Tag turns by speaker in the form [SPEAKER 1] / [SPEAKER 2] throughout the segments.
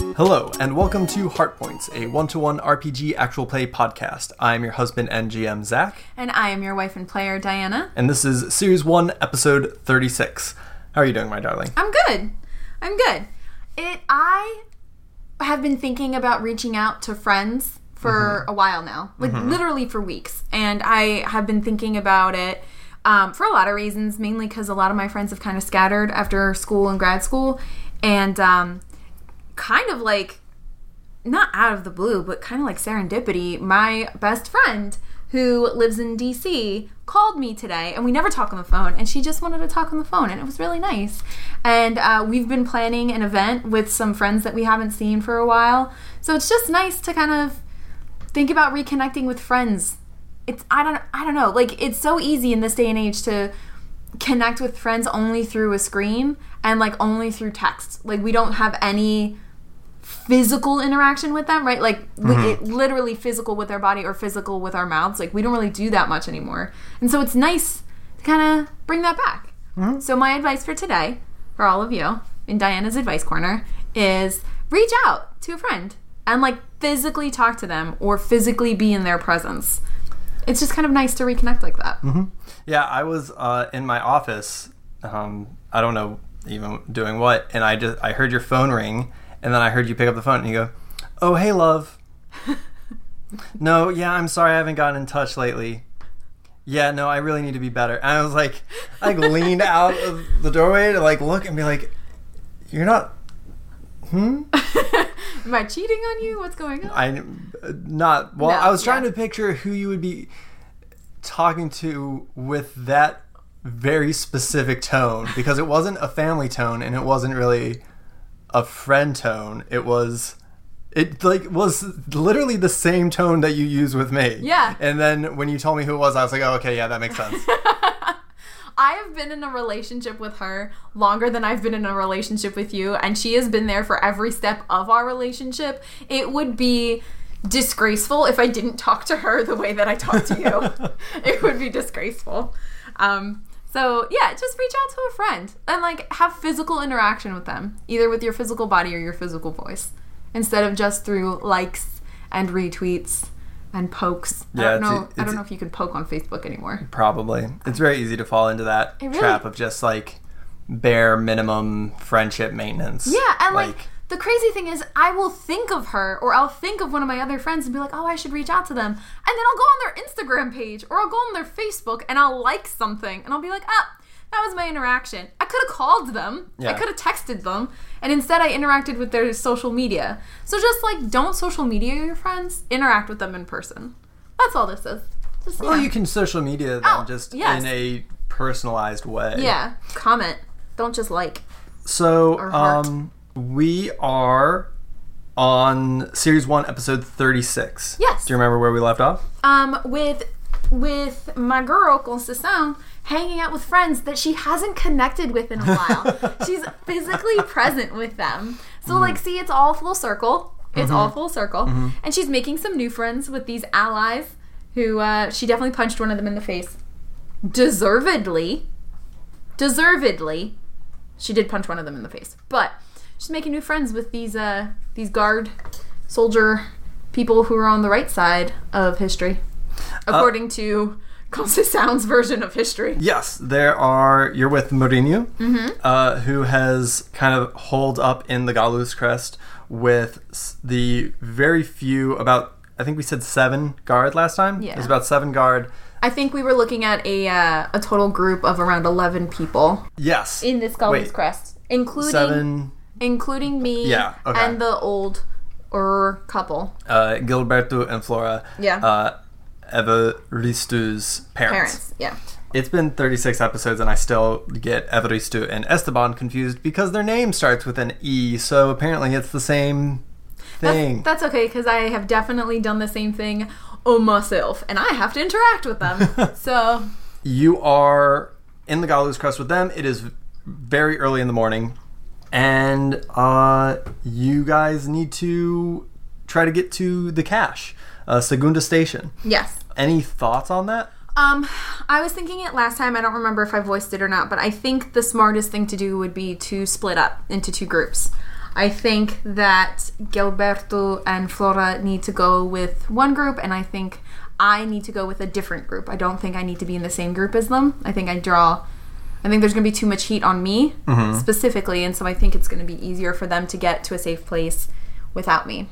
[SPEAKER 1] and welcome to Heartpoints, a one to one RPG actual play podcast. I'm your husband and GM, Zach,
[SPEAKER 2] And I am your wife and player, Diana.
[SPEAKER 1] and this is Series 1, Episode 36. How are you doing, my darling?
[SPEAKER 2] I'm good. I'm good. It I have been thinking about reaching out to friends for a while now. Like literally for weeks. And I have been thinking about it um, for a lot of reasons, mainly because a lot of my friends have kind of scattered after school and grad school, and um, kind of like not out of the blue, but kind of like serendipity, my best friend who lives in DC called me today, and we never talk on the phone, and she just wanted to talk on the phone, and it was really nice. And uh, we've been planning an event with some friends that we haven't seen for a while, so it's just nice to kind of think about reconnecting with friends. It's I don't I don't know like it's so easy in this day and age to connect with friends only through a screen and like only through text. Like we don't have any physical interaction with them, right? Like li- it- literally physical with our body or physical with our mouths. Like we don't really do that much anymore. And so it's nice to kind of bring that back. So my advice for today, for all of you in Diana's advice corner, is reach out to a friend and like physically talk to them or physically be in their presence. It's just kind of nice to reconnect like that.
[SPEAKER 1] Yeah, I was uh, in my office. Um, I don't know even doing what, and I just I heard your phone ring, and then I heard you pick up the phone, and you go, "Oh, hey, love." no, yeah, I'm sorry, I haven't gotten in touch lately. Yeah, no, I really need to be better. And I was like, I like, leaned out of the doorway to like look and be like, "You're not." Hmm.
[SPEAKER 2] Am I cheating on you? What's going on?
[SPEAKER 1] I not well.
[SPEAKER 2] No,
[SPEAKER 1] I was trying
[SPEAKER 2] yeah.
[SPEAKER 1] to picture who you would be talking to with that very specific tone because it wasn't a family tone and it wasn't really a friend tone. It was it like was literally the same tone that you use with me.
[SPEAKER 2] Yeah.
[SPEAKER 1] And then when you told me who it was, I was like, oh, okay, yeah, that makes sense.
[SPEAKER 2] I have been in a relationship with her longer than I've been in a relationship with you, and she has been there for every step of our relationship. It would be disgraceful if I didn't talk to her the way that I talk to you. it would be disgraceful. Um, so yeah, just reach out to a friend and like have physical interaction with them, either with your physical body or your physical voice, instead of just through likes and retweets and pokes.
[SPEAKER 1] Yeah,
[SPEAKER 2] I don't
[SPEAKER 1] it's a-
[SPEAKER 2] know. I
[SPEAKER 1] it's a-
[SPEAKER 2] don't know if you can poke on Facebook anymore.
[SPEAKER 1] Probably. It's very easy to fall into that
[SPEAKER 2] really-
[SPEAKER 1] trap of just like bare minimum friendship maintenance.
[SPEAKER 2] Yeah, and like, the crazy thing is, I will think of her, or I'll think of one of my other friends and be like, "Oh, I should reach out to them," and then I'll go on their Instagram page or I'll go on their Facebook and I'll like something and I'll be like, "Ah, that was my interaction. I could have called them, I
[SPEAKER 1] Yeah.
[SPEAKER 2] could have texted them, and instead I interacted with their social media." So just like, don't social media your friends. Interact with them in person. That's all this is. Just, you
[SPEAKER 1] Well,
[SPEAKER 2] know.
[SPEAKER 1] you can social media them
[SPEAKER 2] Oh,
[SPEAKER 1] just
[SPEAKER 2] yes.
[SPEAKER 1] in a personalized way.
[SPEAKER 2] yeah, comment. Don't just like.
[SPEAKER 1] So,
[SPEAKER 2] heart.
[SPEAKER 1] um, we are on series one, episode thirty-six.
[SPEAKER 2] Yes.
[SPEAKER 1] Do you remember where we left off?
[SPEAKER 2] um, with with my girl Concession hanging out with friends that she hasn't connected with in a while. She's physically present with them. So like see it's all full circle. It's all full circle. And she's making some new friends with these allies who uh, she definitely punched one of them in the face. Deservedly. Deservedly. She did punch one of them in the face. But she's making new friends with these uh these guard soldier people who are on the right side of history,
[SPEAKER 1] Uh,
[SPEAKER 2] according to Constant Sound's version of history.
[SPEAKER 1] Yes, there are. You're with Mourinho,
[SPEAKER 2] Mm-hmm.
[SPEAKER 1] uh, who has kind of holed up in the Galus crest with s- the very few. About I think we said seven guard last time.
[SPEAKER 2] Yeah.
[SPEAKER 1] there's about seven guard.
[SPEAKER 2] I think we were looking at a uh, a total group of around eleven people
[SPEAKER 1] Yes,
[SPEAKER 2] in this Gully's
[SPEAKER 1] Wait.
[SPEAKER 2] Crest, including
[SPEAKER 1] seven.
[SPEAKER 2] including me
[SPEAKER 1] Yeah, okay.
[SPEAKER 2] and the old er couple
[SPEAKER 1] Uh, Gilberto and Flora.
[SPEAKER 2] Yeah.
[SPEAKER 1] Uh, Evaristo's
[SPEAKER 2] parents. Yeah,
[SPEAKER 1] It's been 36 episodes, and I still get Evaristo and Esteban confused because their name starts with an E, so apparently it's the same thing.
[SPEAKER 2] that's okay because I have definitely done the same thing on myself, and I have to interact with them. so
[SPEAKER 1] you are in the Galus Crest with them. It is very early in the morning, and uh, you guys need to try to get to the cache, uh, Segunda Station.
[SPEAKER 2] yes,
[SPEAKER 1] Any thoughts on that?
[SPEAKER 2] Um, I was thinking it last time. I don't remember if I voiced it or not, but I think the smartest thing to do would be to split up into two groups. I think that Gilberto and Flora need to go with one group, and I think I need to go with a different group. I don't think I need to be in the same group as them. I think I draw. I think there's going to be too much heat on me specifically, and so I think it's going to be easier for them to get to a safe place without me.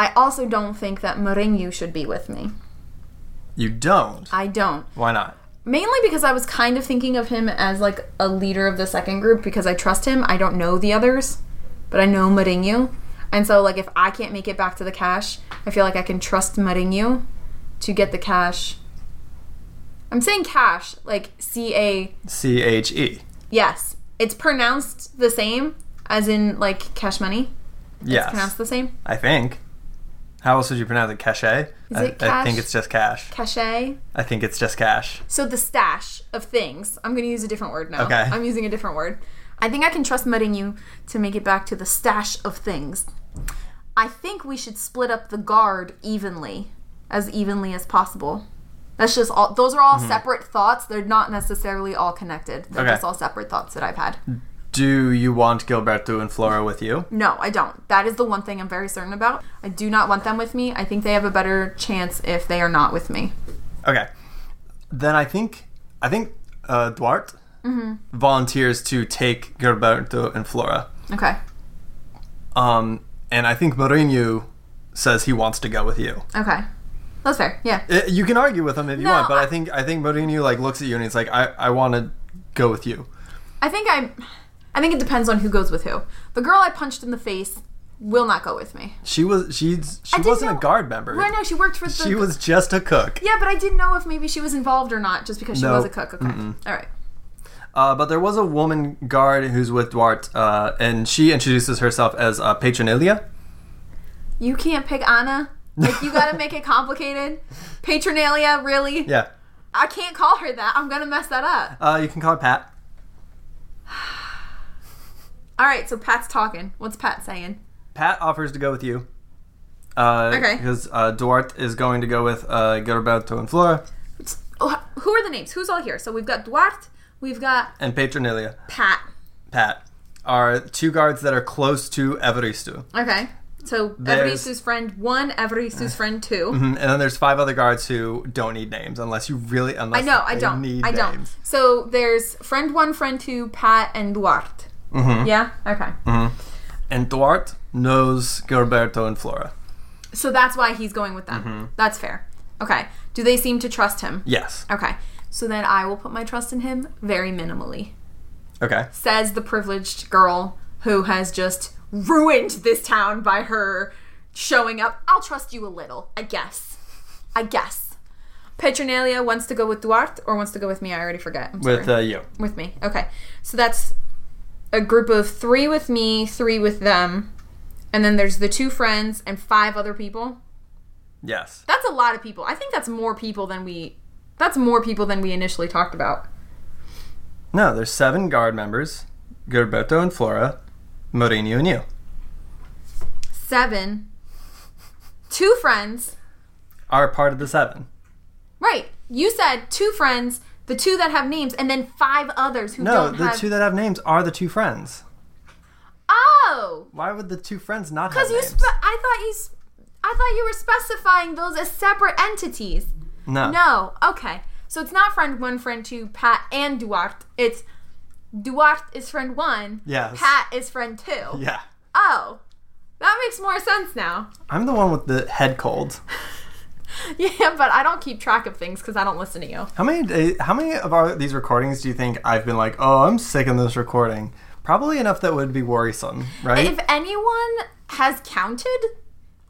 [SPEAKER 2] I also don't think that Morengu should be with me.
[SPEAKER 1] You don't.
[SPEAKER 2] I don't.
[SPEAKER 1] Why not?
[SPEAKER 2] Mainly because I was kind of thinking of him as like a leader of the second group because I trust him. I don't know the others, but I know Marinho. And so like if I can't make it back to the cash, I feel like I can trust Marinho to get the cash. I'm saying cash, like C A
[SPEAKER 1] C H E.
[SPEAKER 2] yes. It's pronounced the same as in like cash money. It's
[SPEAKER 1] Yes.
[SPEAKER 2] pronounced the same.
[SPEAKER 1] I think. How else would you pronounce it? Cachet? I,
[SPEAKER 2] it
[SPEAKER 1] I think
[SPEAKER 2] cash?
[SPEAKER 1] it's just cash.
[SPEAKER 2] Cachet.
[SPEAKER 1] I think it's just cash.
[SPEAKER 2] So the stash of things. I'm going to use a different word now.
[SPEAKER 1] Okay.
[SPEAKER 2] I'm using a different word. I think I can trust Marinho to make it back to the stash of things. I think we should split up the guard evenly, as evenly as possible. That's just all. Those are all separate thoughts. They're not necessarily all connected.
[SPEAKER 1] Mm-hmm.
[SPEAKER 2] They're
[SPEAKER 1] Okay. Mm.
[SPEAKER 2] just all separate thoughts that I've had.
[SPEAKER 1] Do you want Gilberto and Flora with you?
[SPEAKER 2] No, I don't. That is the one thing I'm very certain about. I do not want them with me. I think they have a better chance if they are not with me.
[SPEAKER 1] Okay. Then I think I think uh, Duarte
[SPEAKER 2] Mm-hmm.
[SPEAKER 1] volunteers to take Gilberto and Flora.
[SPEAKER 2] Okay.
[SPEAKER 1] Um, and I think Mourinho says he wants to go with you.
[SPEAKER 2] Okay. That's fair. Yeah.
[SPEAKER 1] Uh, you can argue with him if you
[SPEAKER 2] No,
[SPEAKER 1] want, but I,
[SPEAKER 2] I-
[SPEAKER 1] think I think Mourinho like looks at you and he's like, I, I want to go with you.
[SPEAKER 2] I think I, I think it depends on who goes with who. The girl I punched in the face will not go with me.
[SPEAKER 1] She was she's she
[SPEAKER 2] didn't
[SPEAKER 1] wasn't
[SPEAKER 2] know-
[SPEAKER 1] a guard member.
[SPEAKER 2] Well, I know she worked for the.
[SPEAKER 1] She was just a cook.
[SPEAKER 2] Yeah, but I didn't know if maybe she was involved or not, just because she
[SPEAKER 1] No.
[SPEAKER 2] was a cook. Okay, All right.
[SPEAKER 1] Uh, but there was a woman guard who's with Duarte, uh, and she introduces herself as uh, Patronilia.
[SPEAKER 2] You can't pick Anna. Like you gotta make it complicated. Patronalia, really?
[SPEAKER 1] Yeah.
[SPEAKER 2] I can't call her that. I'm gonna mess that up.
[SPEAKER 1] Uh, you can call her Pat.
[SPEAKER 2] All right. So Pat's talking. What's Pat saying?
[SPEAKER 1] Pat offers to go with you. Uh,
[SPEAKER 2] Okay.
[SPEAKER 1] Because uh, Duarte is going to go with uh, Gilberto and Flora
[SPEAKER 2] Oh, who are the names? Who's all here? So we've got Duarte. We've got
[SPEAKER 1] and Patronilia.
[SPEAKER 2] Pat.
[SPEAKER 1] Pat are two guards that are close to Evaristo.
[SPEAKER 2] Okay. So
[SPEAKER 1] There's-
[SPEAKER 2] Evarisu's friend one, Evarisu's friend 2
[SPEAKER 1] And then there's five other guards who don't need names unless you really unless
[SPEAKER 2] I know. I
[SPEAKER 1] they
[SPEAKER 2] don't.
[SPEAKER 1] need
[SPEAKER 2] I don't.
[SPEAKER 1] names.
[SPEAKER 2] So there's friend one, friend two, Pat, and Duarte.
[SPEAKER 1] Mm-hmm.
[SPEAKER 2] Yeah. Okay.
[SPEAKER 1] And Duarte knows Gilberto and Flora.
[SPEAKER 2] So that's why he's going with them.
[SPEAKER 1] Mm-hmm.
[SPEAKER 2] That's fair. Okay. Do they seem to trust him?
[SPEAKER 1] Yes.
[SPEAKER 2] Okay. So then I will put my trust in him very minimally. Uh,
[SPEAKER 1] Okay.
[SPEAKER 2] Says the privileged girl who has just ruined this town by her showing up. I'll trust you a little, I guess. I guess. Petronalia wants to go with Duarte or wants to go with me? I already forget. I'm sorry.
[SPEAKER 1] With uh, you.
[SPEAKER 2] with me. Okay. So that's a group of three with me, three with them, and then there's the two friends and five other people.
[SPEAKER 1] Yes.
[SPEAKER 2] That's a lot of people. I think that's more people than we that's more people than we initially talked about.
[SPEAKER 1] No, there's seven guard members: Gilberto and Flora, Mourinho and you.
[SPEAKER 2] Seven. Two friends.
[SPEAKER 1] Are part of the seven.
[SPEAKER 2] Right. You said two friends, the two that have names, and then five others who
[SPEAKER 1] No,
[SPEAKER 2] don't
[SPEAKER 1] the
[SPEAKER 2] have
[SPEAKER 1] two that have names are the two friends.
[SPEAKER 2] Oh.
[SPEAKER 1] Why would the two friends not have
[SPEAKER 2] Because you
[SPEAKER 1] names?
[SPEAKER 2] spe- I thought you s I thought you were specifying those as separate entities.
[SPEAKER 1] no.
[SPEAKER 2] No. Okay. So it's not friend one, friend two, Pat and Duarte. It's Duarte is friend one.
[SPEAKER 1] Yes.
[SPEAKER 2] Pat is friend two.
[SPEAKER 1] Yeah.
[SPEAKER 2] Oh, that makes more sense now.
[SPEAKER 1] I'm the one with the head cold.
[SPEAKER 2] Yeah, but I don't keep track of things because I don't listen to you.
[SPEAKER 1] How many day, how many of our these recordings do you think I've been like, "Oh, I'm sick in this recording." Probably enough that would be worrisome, right?
[SPEAKER 2] If anyone has counted,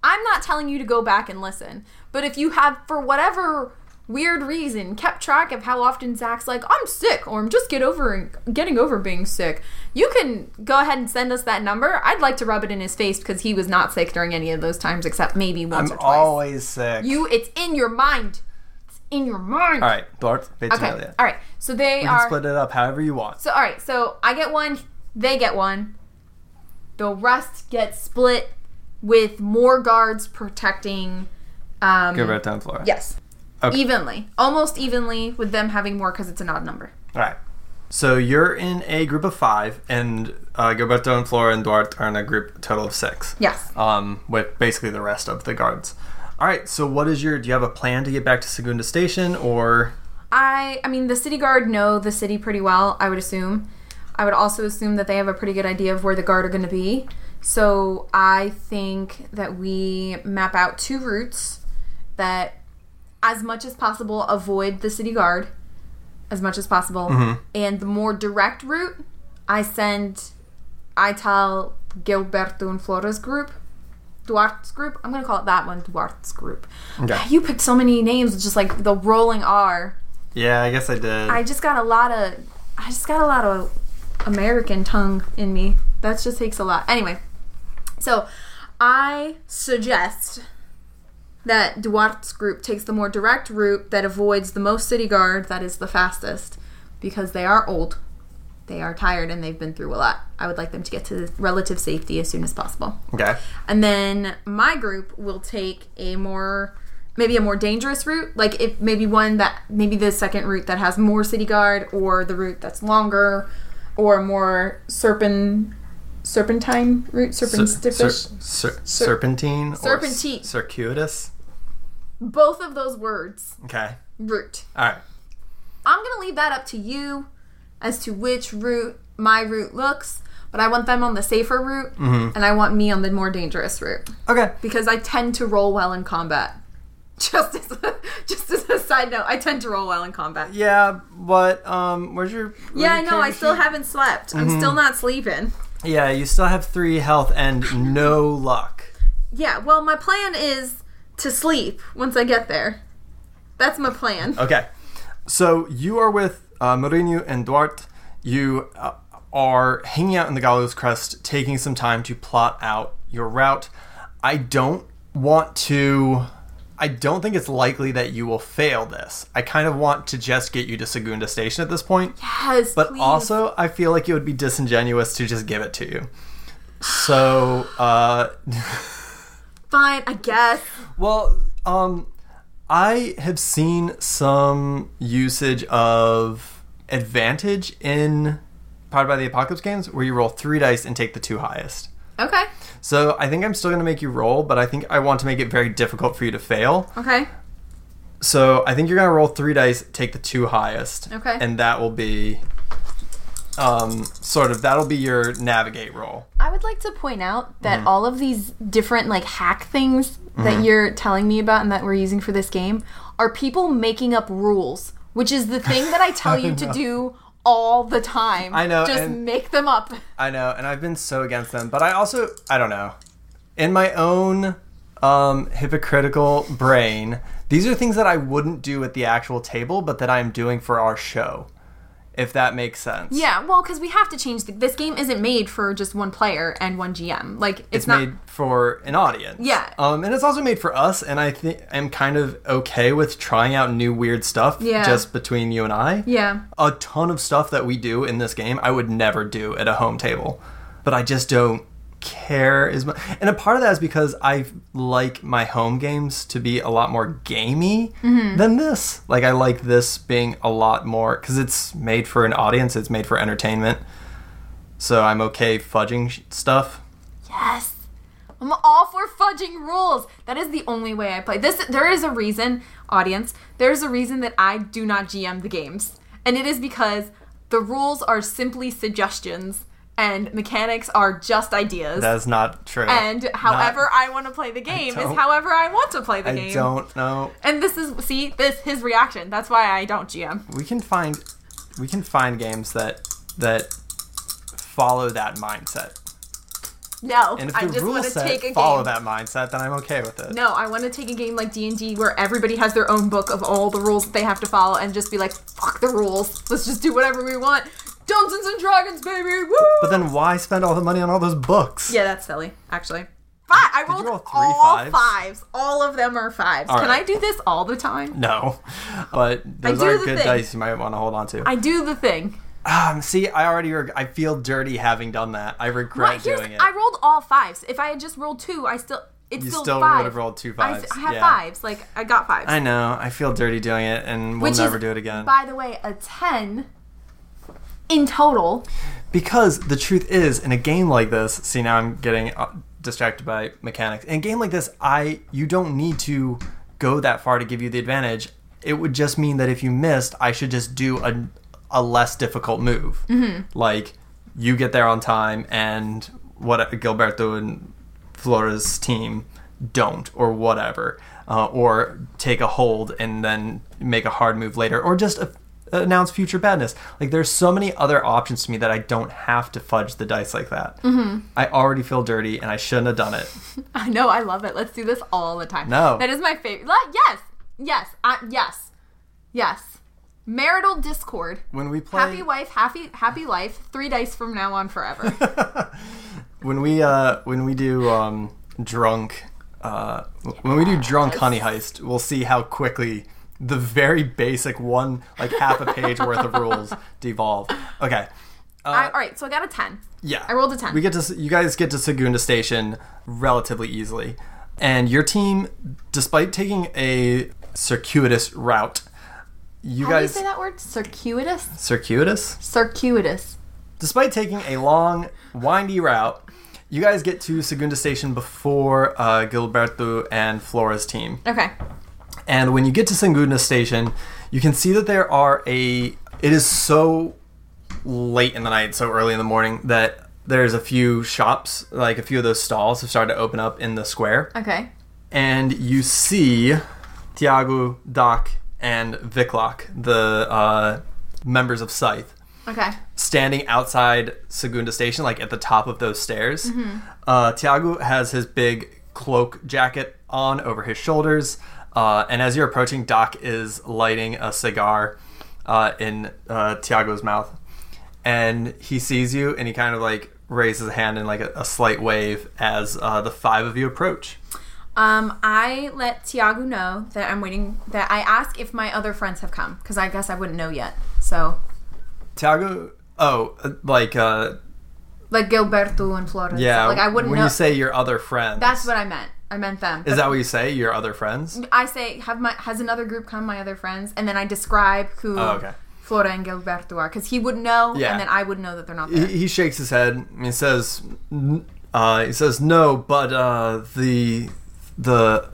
[SPEAKER 2] I'm not telling you to go back and listen. But if you have, for whatever weird reason, kept track of how often Zach's like, "I'm sick," or "I'm just get over getting over being sick," you can go ahead and send us that number. I'd like to rub it in his face because he was not sick during any of those times, except maybe once
[SPEAKER 1] I'm
[SPEAKER 2] or twice.
[SPEAKER 1] always sick.
[SPEAKER 2] you, it's in your mind. It's in your mind.
[SPEAKER 1] All right, Bart,
[SPEAKER 2] Okay.
[SPEAKER 1] Vitalia.
[SPEAKER 2] All right. So they
[SPEAKER 1] You can
[SPEAKER 2] are. Mm-hmm.
[SPEAKER 1] split it up however you want.
[SPEAKER 2] So all right, so I get one, they get one. The rest gets split with more guards protecting. Um,
[SPEAKER 1] Gilberto and Flora.
[SPEAKER 2] Yes.
[SPEAKER 1] Okay.
[SPEAKER 2] Evenly, almost evenly, with them having more because it's an odd number.
[SPEAKER 1] All right. So you're in a group of five, and uh, Gilberto and Flora and Duarte are in a group total of six.
[SPEAKER 2] Yes.
[SPEAKER 1] Um, with basically the rest of the guards. All right. So what is your? Do you have a plan to get back to Segunda Station, or
[SPEAKER 2] I I mean the city guard know the city pretty well, I would assume. I would also assume that they have a pretty good idea of where the guard are going to be. So I think that we map out two routes that as much as possible avoid the city guard as much as possible. And the more direct route, I send I tell Gilberto and Flora's group Duarte's group. I'm gonna call it that one Duarte's group.
[SPEAKER 1] Okay.
[SPEAKER 2] You picked so many names, it's just like the rolling R.
[SPEAKER 1] yeah, I guess I did.
[SPEAKER 2] I just got a lot of I just got a lot of American tongue in me. That just takes a lot. Anyway, so I suggest that Duarte's group takes the more direct route that avoids the most city guard that is the fastest because they are old. They are tired and they've been through a lot. I would like them to get to relative safety as soon as possible.
[SPEAKER 1] okay.
[SPEAKER 2] And then my group will take a more maybe a more dangerous route, like if maybe one that maybe the second route that has more city guard or the route that's longer or more serpent serpentine route, serpent
[SPEAKER 1] Ser-
[SPEAKER 2] stifish.
[SPEAKER 1] ser- ser- serpentine. or s-
[SPEAKER 2] Serpentine.
[SPEAKER 1] circuitous.
[SPEAKER 2] Both of those words
[SPEAKER 1] Okay.
[SPEAKER 2] route.
[SPEAKER 1] All right.
[SPEAKER 2] I'm going to leave that up to you as to which route my route looks, but I want them on the safer route
[SPEAKER 1] Mm-hmm.
[SPEAKER 2] and I want me on the more dangerous route.
[SPEAKER 1] Okay.
[SPEAKER 2] because I tend to roll well in combat. Just as a, just as a side note, I tend to roll well in combat.
[SPEAKER 1] Yeah, but um, where's your? where's
[SPEAKER 2] Yeah, I
[SPEAKER 1] your
[SPEAKER 2] know. I
[SPEAKER 1] character
[SPEAKER 2] still
[SPEAKER 1] sheet?
[SPEAKER 2] haven't slept.
[SPEAKER 1] Mm-hmm.
[SPEAKER 2] I'm still not sleeping.
[SPEAKER 1] Yeah, you still have three health and no luck.
[SPEAKER 2] Yeah. Well, my plan is to sleep once I get there. That's my plan.
[SPEAKER 1] Okay. So you are with uh, Mourinho and Duarte. You uh, are hanging out in the Gallows Crest, taking some time to plot out your route. I don't want to. I don't think it's likely that you will fail this. I kind of want to just get you to Segunda Station at this point.
[SPEAKER 2] Yes,
[SPEAKER 1] But
[SPEAKER 2] please.
[SPEAKER 1] also, I feel like it would be disingenuous to just give it to you. So, uh,
[SPEAKER 2] fine. I guess.
[SPEAKER 1] well, um, I have seen some usage of advantage in Powered by the Apocalypse games where you roll three dice and take the two highest.
[SPEAKER 2] Okay.
[SPEAKER 1] So I think I'm still going to make you roll, but I think I want to make it very difficult for you to fail.
[SPEAKER 2] Okay.
[SPEAKER 1] So I think you're going to roll three dice, take the two highest.
[SPEAKER 2] Okay.
[SPEAKER 1] And that will be um, sort of, that'll be your navigate roll.
[SPEAKER 2] I would like to point out
[SPEAKER 1] Mm.
[SPEAKER 2] that all of these different like hack things
[SPEAKER 1] Mm-hmm.
[SPEAKER 2] that you're telling me about and that we're using for this game are people making up rules, which is the thing that I tell you to do all the time.
[SPEAKER 1] I know,
[SPEAKER 2] Just
[SPEAKER 1] and-
[SPEAKER 2] make them up.
[SPEAKER 1] I know, and I've been so against them, but I also I don't know. In my own um, hypocritical brain, these are things that I wouldn't do at the actual table, but that I'm doing for our show, if that makes sense.
[SPEAKER 2] Yeah, well, because we have to change. The, this game isn't made for just one player and one GM. Like it's,
[SPEAKER 1] It's
[SPEAKER 2] not.
[SPEAKER 1] made for an audience.
[SPEAKER 2] Yeah.
[SPEAKER 1] Um, and it's also made for us, and I think I'm kind of okay with trying out new weird stuff
[SPEAKER 2] Yeah.
[SPEAKER 1] just between you and I.
[SPEAKER 2] yeah.
[SPEAKER 1] A ton of stuff that we do in this game I would never do at a home table. But I just don't care as much. And a part of that is because I like my home games to be a lot more gamey
[SPEAKER 2] Mm-hmm.
[SPEAKER 1] than this. Like I like this being a lot more cuz it's made for an audience, it's made for entertainment. So I'm okay fudging sh- stuff.
[SPEAKER 2] Yes. I'm all for fudging rules. That is the only way I play. This there is a reason, audience. There's a reason that I do not GM the games. And it is because the rules are simply suggestions and mechanics are just ideas.
[SPEAKER 1] That's not true.
[SPEAKER 2] and however I want to play the game is
[SPEAKER 1] don't-
[SPEAKER 2] however I want to play the
[SPEAKER 1] I
[SPEAKER 2] game.
[SPEAKER 1] don't know.
[SPEAKER 2] And this is see this his reaction. That's why I don't GM.
[SPEAKER 1] We can find we can find games that that follow that mindset.
[SPEAKER 2] No,
[SPEAKER 1] And if
[SPEAKER 2] I
[SPEAKER 1] the
[SPEAKER 2] just
[SPEAKER 1] rule
[SPEAKER 2] want to
[SPEAKER 1] set
[SPEAKER 2] take a
[SPEAKER 1] follow
[SPEAKER 2] game.
[SPEAKER 1] that mindset, then I'm okay with it.
[SPEAKER 2] No, I want to take a game like D&D where everybody has their own book of all the rules that they have to follow and just be like, fuck the rules. Let's just do whatever we want. Dungeons and Dragons, baby! Woo!
[SPEAKER 1] But then why spend all the money on all those books?
[SPEAKER 2] yeah, that's silly, actually. Five! I
[SPEAKER 1] you
[SPEAKER 2] rolled
[SPEAKER 1] roll three
[SPEAKER 2] all
[SPEAKER 1] fives?
[SPEAKER 2] fives? All of them are fives. Can
[SPEAKER 1] right.
[SPEAKER 2] I do this all the time?
[SPEAKER 1] No. But those
[SPEAKER 2] do
[SPEAKER 1] are
[SPEAKER 2] the
[SPEAKER 1] good
[SPEAKER 2] thing.
[SPEAKER 1] dice you might want to hold on to.
[SPEAKER 2] I do the thing.
[SPEAKER 1] um, see, I already reg- I feel dirty having done that. I regret
[SPEAKER 2] Right, here's,
[SPEAKER 1] doing it.
[SPEAKER 2] I rolled all fives. If I had just rolled two, I still... It's
[SPEAKER 1] you
[SPEAKER 2] still,
[SPEAKER 1] still
[SPEAKER 2] five.
[SPEAKER 1] would have rolled two
[SPEAKER 2] I,
[SPEAKER 1] fives.
[SPEAKER 2] I have
[SPEAKER 1] yeah.
[SPEAKER 2] fives. Like, I got fives.
[SPEAKER 1] I know. I feel dirty doing it, and we'll
[SPEAKER 2] Which
[SPEAKER 1] never
[SPEAKER 2] is,
[SPEAKER 1] do it again.
[SPEAKER 2] By the way, a 10 in total.
[SPEAKER 1] Because the truth is, in a game like this, see now I'm getting uh, distracted by mechanics. In a game like this, I you don't need to go that far to give you the advantage. It would just mean that if you missed, I should just do a a less difficult move. Like you get there on time, and what Gilberto and Flora's team don't, or whatever, uh, or take a hold and then make a hard move later, or just a, announce future badness. Like there's so many other options to me that I don't have to fudge the dice like that. I already feel dirty, and I shouldn't have done it.
[SPEAKER 2] I know, I love it. Let's do this all the time.
[SPEAKER 1] No.
[SPEAKER 2] That is my favorite. Yes, yes, I, yes, yes. Marital discord.
[SPEAKER 1] When we play,
[SPEAKER 2] Happy wife, happy happy life. Three dice from now on forever.
[SPEAKER 1] when we uh when we do um drunk uh when we do drunk honey heist we'll see how quickly the very basic one like half a page worth of rules devolve okay
[SPEAKER 2] I,
[SPEAKER 1] Uh,
[SPEAKER 2] all right, so I got a ten.
[SPEAKER 1] yeah
[SPEAKER 2] I rolled a 10.
[SPEAKER 1] we get to you guys get to segunda station relatively easily and your team despite taking a circuitous route you
[SPEAKER 2] How do you
[SPEAKER 1] guys
[SPEAKER 2] say that word? Circuitous.
[SPEAKER 1] circuitous
[SPEAKER 2] Circuitous.
[SPEAKER 1] despite taking a long, windy route, you guys get to Segunda Station before uh, Gilberto and Flora's team.
[SPEAKER 2] Okay.
[SPEAKER 1] And when you get to Segunda Station, you can see that there are a. It is so late in the night, so early in the morning that there's a few shops, like a few of those stalls, have started to open up in the square,
[SPEAKER 2] Okay.
[SPEAKER 1] and you see Tiago, Doc, and Viklock, the uh, members of Scythe
[SPEAKER 2] Okay.
[SPEAKER 1] standing outside Segunda Station, like at the top of those stairs.
[SPEAKER 2] Mm-hmm.
[SPEAKER 1] Uh, Tiago has his big cloak jacket on over his shoulders, uh, and as you're approaching, Doc is lighting a cigar uh, in uh, Tiago's mouth, and he sees you, and he kind of like raises a hand in like a, a slight wave as uh, the five of you approach.
[SPEAKER 2] Um, I let Tiago know that I'm waiting. That I ask if my other friends have come because I guess I wouldn't know yet. So,
[SPEAKER 1] Tiago, oh, uh, like uh,
[SPEAKER 2] like Gilberto and Flores.
[SPEAKER 1] yeah,
[SPEAKER 2] Like I wouldn't
[SPEAKER 1] when
[SPEAKER 2] know.
[SPEAKER 1] you say your other friends.
[SPEAKER 2] That's what I meant. I meant them.
[SPEAKER 1] is that what you say? Your other friends?
[SPEAKER 2] I say have my has another group come? My other friends, and then I describe who
[SPEAKER 1] Oh, okay.
[SPEAKER 2] Flora and Gilberto are because he would know,
[SPEAKER 1] Yeah.
[SPEAKER 2] and then I would know that they're not
[SPEAKER 1] he,
[SPEAKER 2] there.
[SPEAKER 1] he shakes his head and he says "N- uh, he says no but uh, the the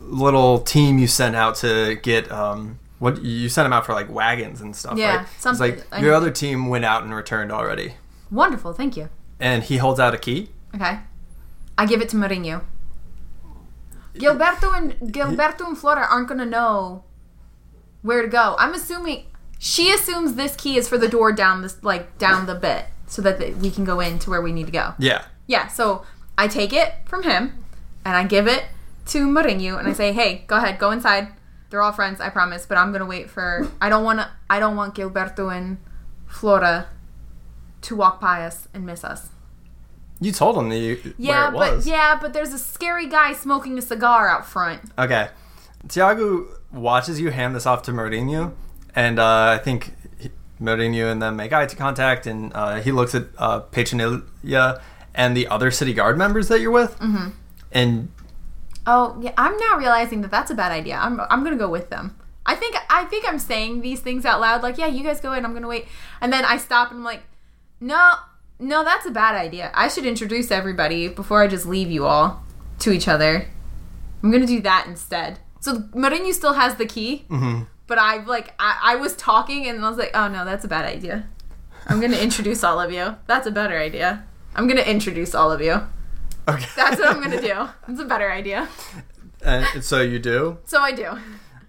[SPEAKER 1] little team you sent out to get um what you sent them out for like wagons and stuff
[SPEAKER 2] Yeah,
[SPEAKER 1] right? It's
[SPEAKER 2] something- I
[SPEAKER 1] like your
[SPEAKER 2] know.
[SPEAKER 1] other team went out and returned already
[SPEAKER 2] Wonderful, thank you.
[SPEAKER 1] and he holds out a key
[SPEAKER 2] Okay, I give it to Mourinho. Gilberto and Gilberto and Flora aren't gonna know where to go. I'm assuming she assumes this key is for the door down this like down the bit so that the, we can go in to where we need to go.
[SPEAKER 1] yeah
[SPEAKER 2] Yeah, so I take it from him and I give it to Mourinho and I say, "Hey, go ahead, go inside. They're all friends, I promise, but I'm going to wait for I don't want to I don't want Gilberto and Flora to walk by us and miss us."
[SPEAKER 1] you told him that you, where
[SPEAKER 2] Yeah,
[SPEAKER 1] it
[SPEAKER 2] but
[SPEAKER 1] was
[SPEAKER 2] yeah, but there's a scary guy smoking a cigar out front.
[SPEAKER 1] okay Tiago watches you hand this off to Mourinho and uh, I think he- Mourinho and them make eye contact, and uh, he looks at uh, Patronilia and the other city guard members that you're with, mm-hmm. and
[SPEAKER 2] Oh, yeah, I'm now realizing that that's a bad idea. I'm I'm going to go with them. I think I think I'm saying these things out loud like, "Yeah, you guys go in. I'm going to wait." And then I stop and I'm like, "No, no, that's a bad idea. I should introduce everybody before I just leave you all to each other. I'm going to do that instead." So Mourinho still has the key, but I like I, I was talking and I was like, "Oh no, that's a bad idea. I'm going to introduce all of you. That's a better idea. I'm going to introduce all of you.
[SPEAKER 1] okay,
[SPEAKER 2] That's what I'm going to do. That's a better idea."
[SPEAKER 1] and so you do.
[SPEAKER 2] So I do.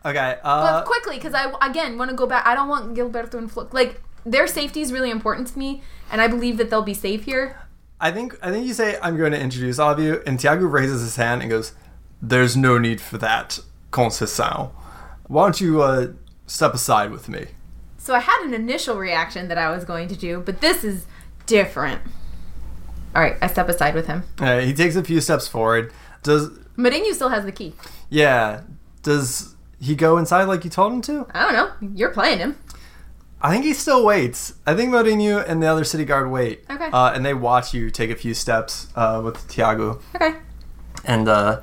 [SPEAKER 1] Okay,
[SPEAKER 2] But
[SPEAKER 1] uh,
[SPEAKER 2] quickly, because I, again, want to go back. I don't want Gilberto and Flo. Like, their safety is really important to me, and I believe that they'll be safe here.
[SPEAKER 1] I think I think you say I'm going to introduce all of you, and Tiago raises his hand and goes, "There's no need for that, Concession. Why don't you uh, step aside with me?"
[SPEAKER 2] So I had an initial reaction that I was going to do, but this is different. All right, I step aside with him.
[SPEAKER 1] Uh, he takes a few steps forward. Does
[SPEAKER 2] Mourinho still has the key.
[SPEAKER 1] yeah? Does he go inside like you told him to?
[SPEAKER 2] I don't know. You're playing him.
[SPEAKER 1] I think he still waits. I think Mourinho and the other city guard wait.
[SPEAKER 2] Okay.
[SPEAKER 1] Uh, and they watch you take a few steps uh, with Tiago.
[SPEAKER 2] Okay.
[SPEAKER 1] And uh,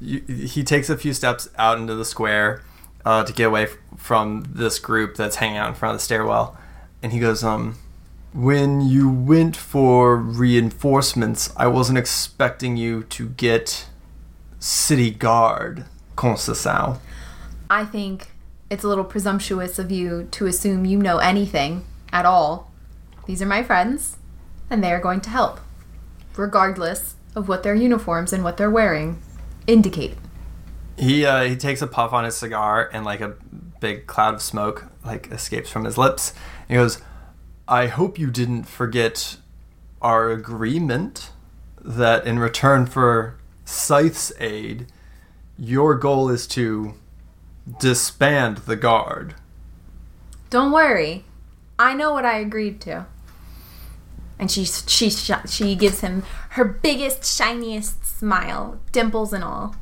[SPEAKER 1] you, he takes a few steps out into the square uh, to get away f- from this group that's hanging out in front of the stairwell. and he goes, um, when you went for reinforcements, I wasn't expecting you to get city guard, Concessao.
[SPEAKER 2] I think it's a little presumptuous of you to assume you know anything at all. These are my friends, and they are going to help, regardless of what their uniforms and what they're wearing indicate.
[SPEAKER 1] He uh, he takes a puff on his cigar and like a big cloud of smoke like escapes from his lips. And he goes, "I hope you didn't forget our agreement that in return for Scythe's aid, your goal is to disband the guard."
[SPEAKER 2] Don't worry, I know what I agreed to. And she she sh- she gives him her biggest shiniest smile, dimples and all.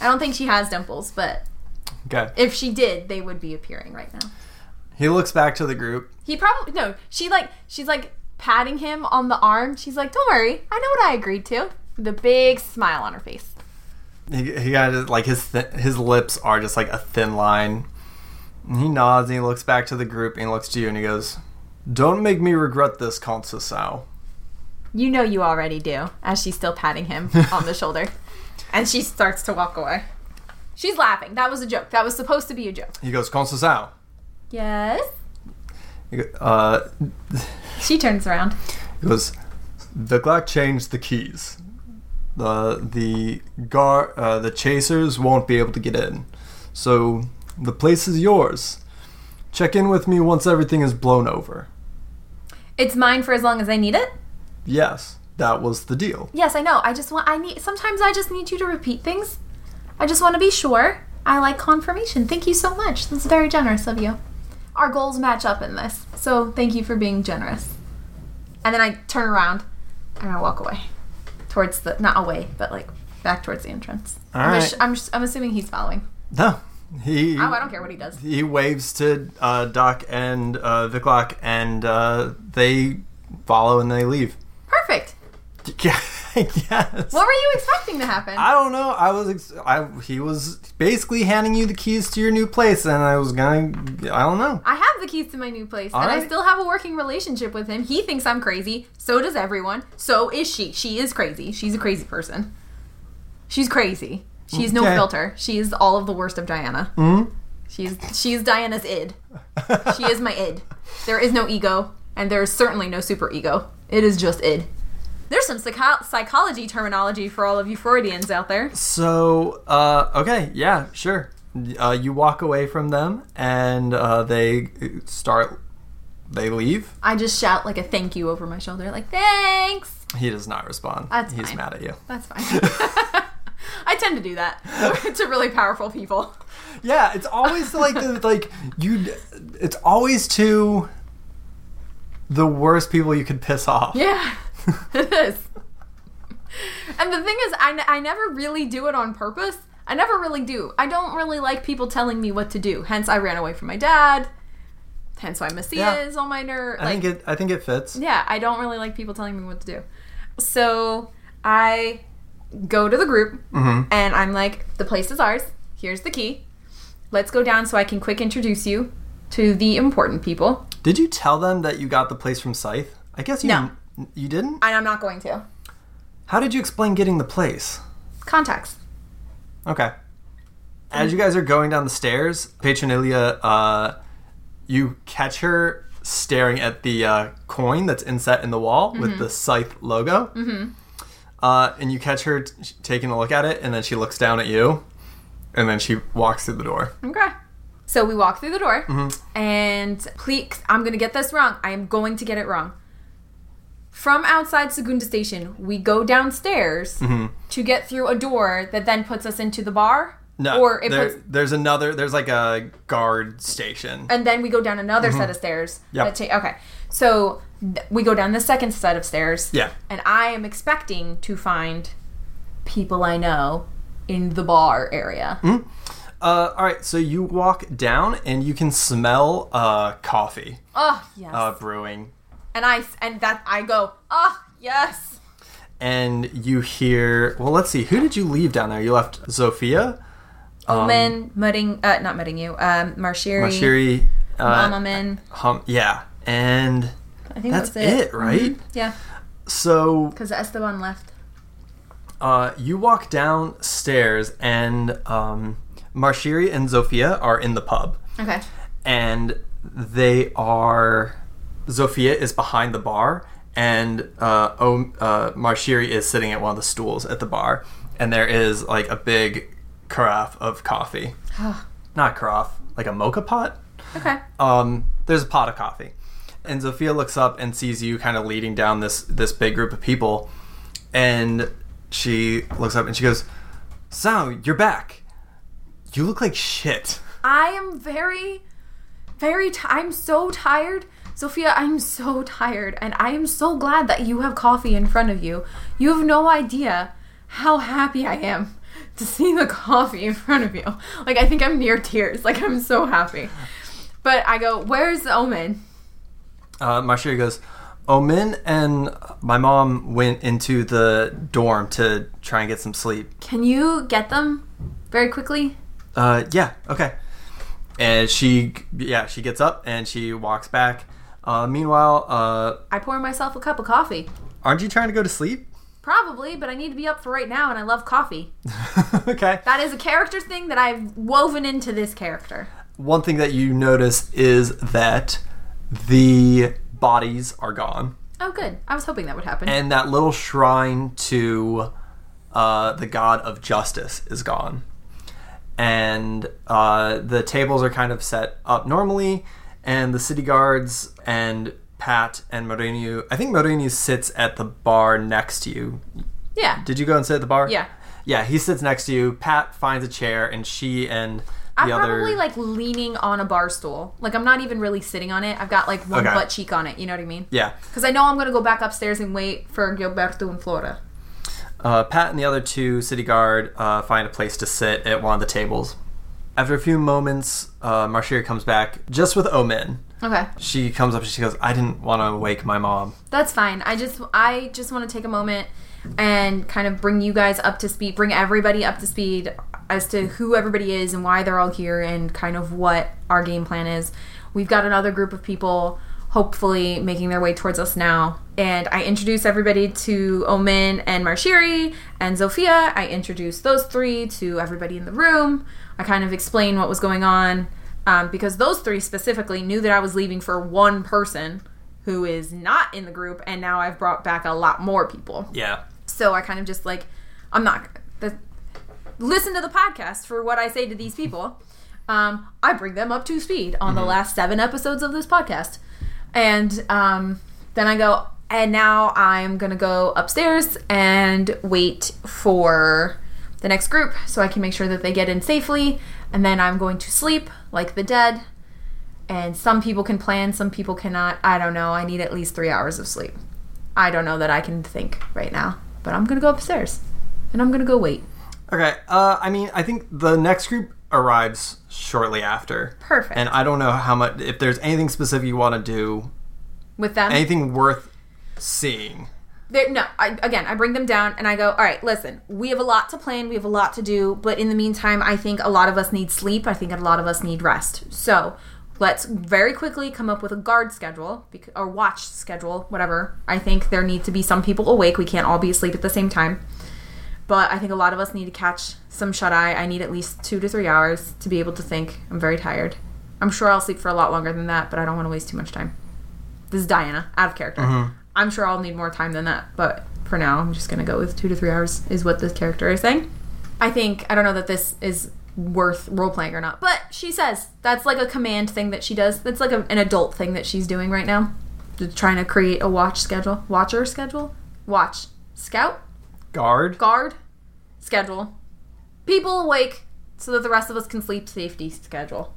[SPEAKER 2] I don't think she has dimples, but
[SPEAKER 1] Okay.
[SPEAKER 2] if she did, they would be appearing right now.
[SPEAKER 1] He looks back to the group.
[SPEAKER 2] He probably no. She like she's like patting him on the arm. She's like, "Don't worry, I know what I agreed to." The big smile on her face.
[SPEAKER 1] He, he got it- like his th- his lips are just like a thin line. And he nods and he looks back to the group and he looks to you and he goes, "Don't make me regret this, Concessao."
[SPEAKER 2] You know you already do. As she's still patting him on the shoulder, and she starts to walk away. She's laughing. That was a joke. That was supposed to be a joke.
[SPEAKER 1] He goes, "Concessao."
[SPEAKER 2] Yes.
[SPEAKER 1] He go- Uh,
[SPEAKER 2] She turns around.
[SPEAKER 1] he goes, "The clock changed the keys. The the gar uh, the chasers won't be able to get in. So the place is yours. Check in with me once everything is blown over."
[SPEAKER 2] It's mine for as long as I need it.
[SPEAKER 1] Yes, that was the deal.
[SPEAKER 2] Yes, I know. I just want. I need. Sometimes I just need you to repeat things. I just want to be sure. I like confirmation. Thank you so much. That's very generous of you. Our goals match up in this, so thank you for being generous. And then I turn around and I walk away towards the not away, but like back towards the entrance.
[SPEAKER 1] All
[SPEAKER 2] I'm,
[SPEAKER 1] right.
[SPEAKER 2] ass- I'm, ass- I'm assuming he's following.
[SPEAKER 1] No, he.
[SPEAKER 2] Oh, I don't care what he does.
[SPEAKER 1] He waves to uh, Doc and uh, Viklock, and uh, they follow and they leave.
[SPEAKER 2] Perfect.
[SPEAKER 1] Yeah, yes.
[SPEAKER 2] What were you expecting to happen?
[SPEAKER 1] I don't know. I was. Ex- I he was basically handing you the keys to your new place, and I was gonna. I don't know.
[SPEAKER 2] I have the keys to my new place,
[SPEAKER 1] All
[SPEAKER 2] and I
[SPEAKER 1] right.
[SPEAKER 2] still have a working relationship with him. He thinks I'm crazy. So does everyone. So is she. She is crazy. She's a crazy person. She's crazy. She's no
[SPEAKER 1] Okay.
[SPEAKER 2] filter. She is all of the worst of Diana. She's she's Diana's id. She is my id. There is no ego, and there is certainly no super ego. It is just id. There's some psycho- psychology terminology for all of you Freudians out there.
[SPEAKER 1] So uh, okay, yeah, sure. Uh, you walk away from them, and uh, they start. They leave.
[SPEAKER 2] I just shout like a thank you over my shoulder, like thanks.
[SPEAKER 1] He does not respond.
[SPEAKER 2] That's
[SPEAKER 1] He's
[SPEAKER 2] fine.
[SPEAKER 1] mad at you.
[SPEAKER 2] That's fine. I tend to do that to really powerful people.
[SPEAKER 1] Yeah, it's always like the, like you. It's always to the worst people you could piss off.
[SPEAKER 2] Yeah, it is. And the thing is, I, n- I never really do it on purpose. I never really do. I don't really like people telling me what to do. Hence, I ran away from my dad. Hence, why Messiah
[SPEAKER 1] Yeah.
[SPEAKER 2] is on my nerve.
[SPEAKER 1] I
[SPEAKER 2] Like,
[SPEAKER 1] think it. I think it fits.
[SPEAKER 2] yeah, I don't really like people telling me what to do. So I go to the group
[SPEAKER 1] Mm-hmm.
[SPEAKER 2] and I'm like, the place is ours. Here's the key. Let's go down so I can quick introduce you to the important people.
[SPEAKER 1] Did you tell them that you got the place from Scythe? I guess you.
[SPEAKER 2] No.
[SPEAKER 1] You didn't.
[SPEAKER 2] And I'm not going to.
[SPEAKER 1] How did you explain getting the place?
[SPEAKER 2] Contacts.
[SPEAKER 1] Okay. As you guys are going down the stairs, Patronilia, uh, you catch her staring at the uh, coin that's inset in the wall
[SPEAKER 2] Mm-hmm.
[SPEAKER 1] with the scythe logo. Mm-hmm. Uh, and you catch her t- taking a look at it, and then she looks down at you, and then she walks through the door.
[SPEAKER 2] Okay. So we walk through the door
[SPEAKER 1] Mm-hmm.
[SPEAKER 2] and please, I'm going to get this wrong. I am going to get it wrong. From outside Segunda Station, we go downstairs
[SPEAKER 1] Mm-hmm.
[SPEAKER 2] to get through a door that then puts us into the bar.
[SPEAKER 1] No,
[SPEAKER 2] Or it
[SPEAKER 1] there-
[SPEAKER 2] puts Uh,
[SPEAKER 1] there's another. There's like a guard station.
[SPEAKER 2] and then we go down another set of stairs.
[SPEAKER 1] Mm-hmm. Yep.
[SPEAKER 2] that ta- okay. So th- we go down the second set of stairs.
[SPEAKER 1] Yeah.
[SPEAKER 2] And I am expecting to find people I know in the bar area.
[SPEAKER 1] Uh, all right, so you walk down, and you can smell uh, coffee
[SPEAKER 2] Oh yes.
[SPEAKER 1] uh, brewing.
[SPEAKER 2] and I s- and that I go. Oh yes.
[SPEAKER 1] and you hear well let's see who did you leave down there you left zofia
[SPEAKER 2] Omen, Mudding, uh, not Mudding you, um, Marshiri,
[SPEAKER 1] Mashiri, uh,
[SPEAKER 2] Amamin.
[SPEAKER 1] hum, yeah And
[SPEAKER 3] I think
[SPEAKER 1] that's
[SPEAKER 3] that was Mm-hmm.
[SPEAKER 1] it, right?
[SPEAKER 3] Yeah,
[SPEAKER 1] So
[SPEAKER 3] because Esteban left.
[SPEAKER 1] uh, you walk downstairs, and um, Marshiri and Zofia are in the pub.
[SPEAKER 3] Okay.
[SPEAKER 1] and they are Zofia is behind the bar and uh, o- uh, Marshiri is sitting at one of the stools at the bar and there is like a big carafe of coffee not carafe like a mocha pot
[SPEAKER 3] Okay.
[SPEAKER 1] um, there's a pot of coffee and Zofia looks up and sees you kind of leading down this this big group of people and she looks up and she goes so you're back you look like shit
[SPEAKER 2] I am very, very. T- I'm so tired, Sophia. I'm so tired, and I am so glad that you have coffee in front of you. You have no idea how happy I am to see the coffee in front of you. Like I think I'm near tears. Like I'm so happy. But I go, where's the omen?
[SPEAKER 1] uh, Marshiri goes, Omin and my mom went into the dorm to try and get some sleep.
[SPEAKER 2] Can you get them very quickly?
[SPEAKER 1] Uh, yeah, okay. And she, yeah, she gets up and she walks back. Uh, meanwhile, uh,
[SPEAKER 2] I pour myself a cup of coffee.
[SPEAKER 1] aren't you trying to go to sleep?
[SPEAKER 2] Probably, but I need to be up for right now, and I love coffee.
[SPEAKER 1] okay.
[SPEAKER 2] That is a character thing that I've woven into this character.
[SPEAKER 1] One thing that you notice is that the bodies are gone.
[SPEAKER 2] Oh, good. I was hoping that would happen.
[SPEAKER 1] And that little shrine to uh, the god of justice is gone. And uh, the tables are kind of set up normally, and the city guards and Pat and Morenu. I think Morenu sits at the bar next to you.
[SPEAKER 2] yeah.
[SPEAKER 1] Did you go and sit at the bar?
[SPEAKER 2] Yeah.
[SPEAKER 1] Yeah, he sits next to you. Pat finds a chair, and she and the
[SPEAKER 2] I'm
[SPEAKER 1] other.
[SPEAKER 2] probably like leaning on a bar stool. Like I'm not even really sitting on it. I've got like one
[SPEAKER 1] Okay.
[SPEAKER 2] butt cheek on it. You know what I mean?
[SPEAKER 1] yeah.
[SPEAKER 2] Because I know I'm gonna go back upstairs and wait for Gilberto and Flora.
[SPEAKER 1] Uh, Pat and the other two city guard uh, find a place to sit at one of the tables. After a few moments, uh, Marshira comes back just with Omen.
[SPEAKER 2] Okay,
[SPEAKER 1] She comes up and she goes, "I didn't want to wake my mom."
[SPEAKER 2] that's fine. I just I just want to take a moment and kind of bring you guys up to speed, bring everybody up to speed as to who everybody is and why they're all here and kind of what our game plan is. We've got another group of people hopefully making their way towards us now. And I introduce everybody to Omen and Marshiri and Zofia. I introduce those three to everybody in the room. I kind of explain what was going on um, because those three specifically knew that I was leaving for one person who is not in the group, and now I've brought back a lot more people.
[SPEAKER 1] Yeah,
[SPEAKER 2] So I kind of just like, I'm not. The, listen to the podcast for what I say to these people. Um, I bring them up to speed on the last seven episodes of this podcast, and um, then I go. And now I'm gonna go upstairs and wait for the next group so I can make sure that they get in safely. And then I'm going to sleep like the dead. And some people can plan, some people cannot. I don't know. I need at least three hours of sleep. I don't know that I can think right now, but I'm gonna go upstairs and I'm gonna go wait.
[SPEAKER 1] Okay. Uh, I mean, I think the next group arrives shortly after.
[SPEAKER 2] Perfect.
[SPEAKER 1] And I don't know how much. If there's anything specific you want to do,
[SPEAKER 2] With them,
[SPEAKER 1] anything worth seeing.
[SPEAKER 2] There- no. I, again, I bring them down and I go. All right, listen. We have a lot to plan. We have a lot to do, but in the meantime, I think a lot of us need sleep. I think a lot of us need rest. So let's very quickly come up with a guard schedule bec- or watch schedule, whatever. I think there need to be some people awake. We can't all be asleep at the same time. But I think a lot of us need to catch some shut eye. I need at least two to three hours to be able to think. I'm very tired. I'm sure I'll sleep for a lot longer than that, but I don't want to waste too much time. This is Diana, out of character.
[SPEAKER 1] Uh-huh.
[SPEAKER 2] I'm sure I'll need more time than that, but for now, I'm just going to go with two to three hours, is what this character is saying. I think, I don't know that this is worth role playing or not, but she says that's like a command thing that she does. That's like a, an adult thing that she's doing right now. Just trying to create a watch schedule, watcher schedule, watch, scout,
[SPEAKER 1] Guard.
[SPEAKER 2] guard schedule people awake so that the rest of us can sleep safety schedule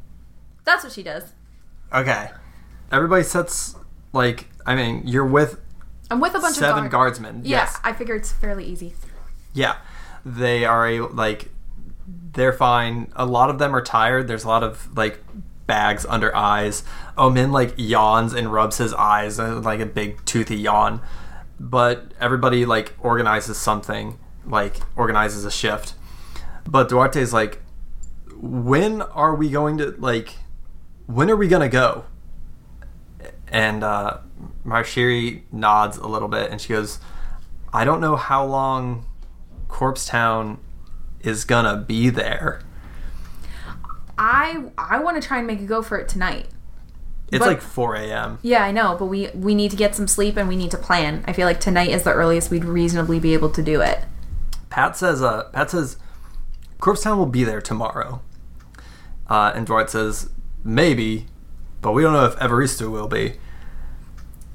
[SPEAKER 2] that's what she does
[SPEAKER 1] Okay. Everybody sets like. I mean, you're with
[SPEAKER 2] i'm with a bunch
[SPEAKER 1] seven
[SPEAKER 2] of guard.
[SPEAKER 1] guardsmen.
[SPEAKER 2] yeah
[SPEAKER 1] Yes.
[SPEAKER 2] i figure it's fairly easy
[SPEAKER 1] Yeah, they are a, like they're fine. A lot of them are tired. There's a lot of like bags under eyes. Omin like yawns and rubs his eyes uh, like a big toothy yawn. But everybody like organizes something, like organizes a shift. But Duarte's like, when are we going to like? When are we gonna go? and uh, Marshiri nods a little bit, and she goes, "I don't know how long Corpse Town is gonna be there.
[SPEAKER 2] I I want to try and make a go for it tonight.
[SPEAKER 1] It's
[SPEAKER 2] But-
[SPEAKER 1] like 4 a.m.
[SPEAKER 2] Yeah, I know, but we we need to get some sleep and we need to plan. I feel like tonight is the earliest we'd reasonably be able to do it.
[SPEAKER 1] Pat says, uh, Pat says, Corpse Town will be there tomorrow. Uh, and Dwight says, maybe, but we don't know if Evaristo will be.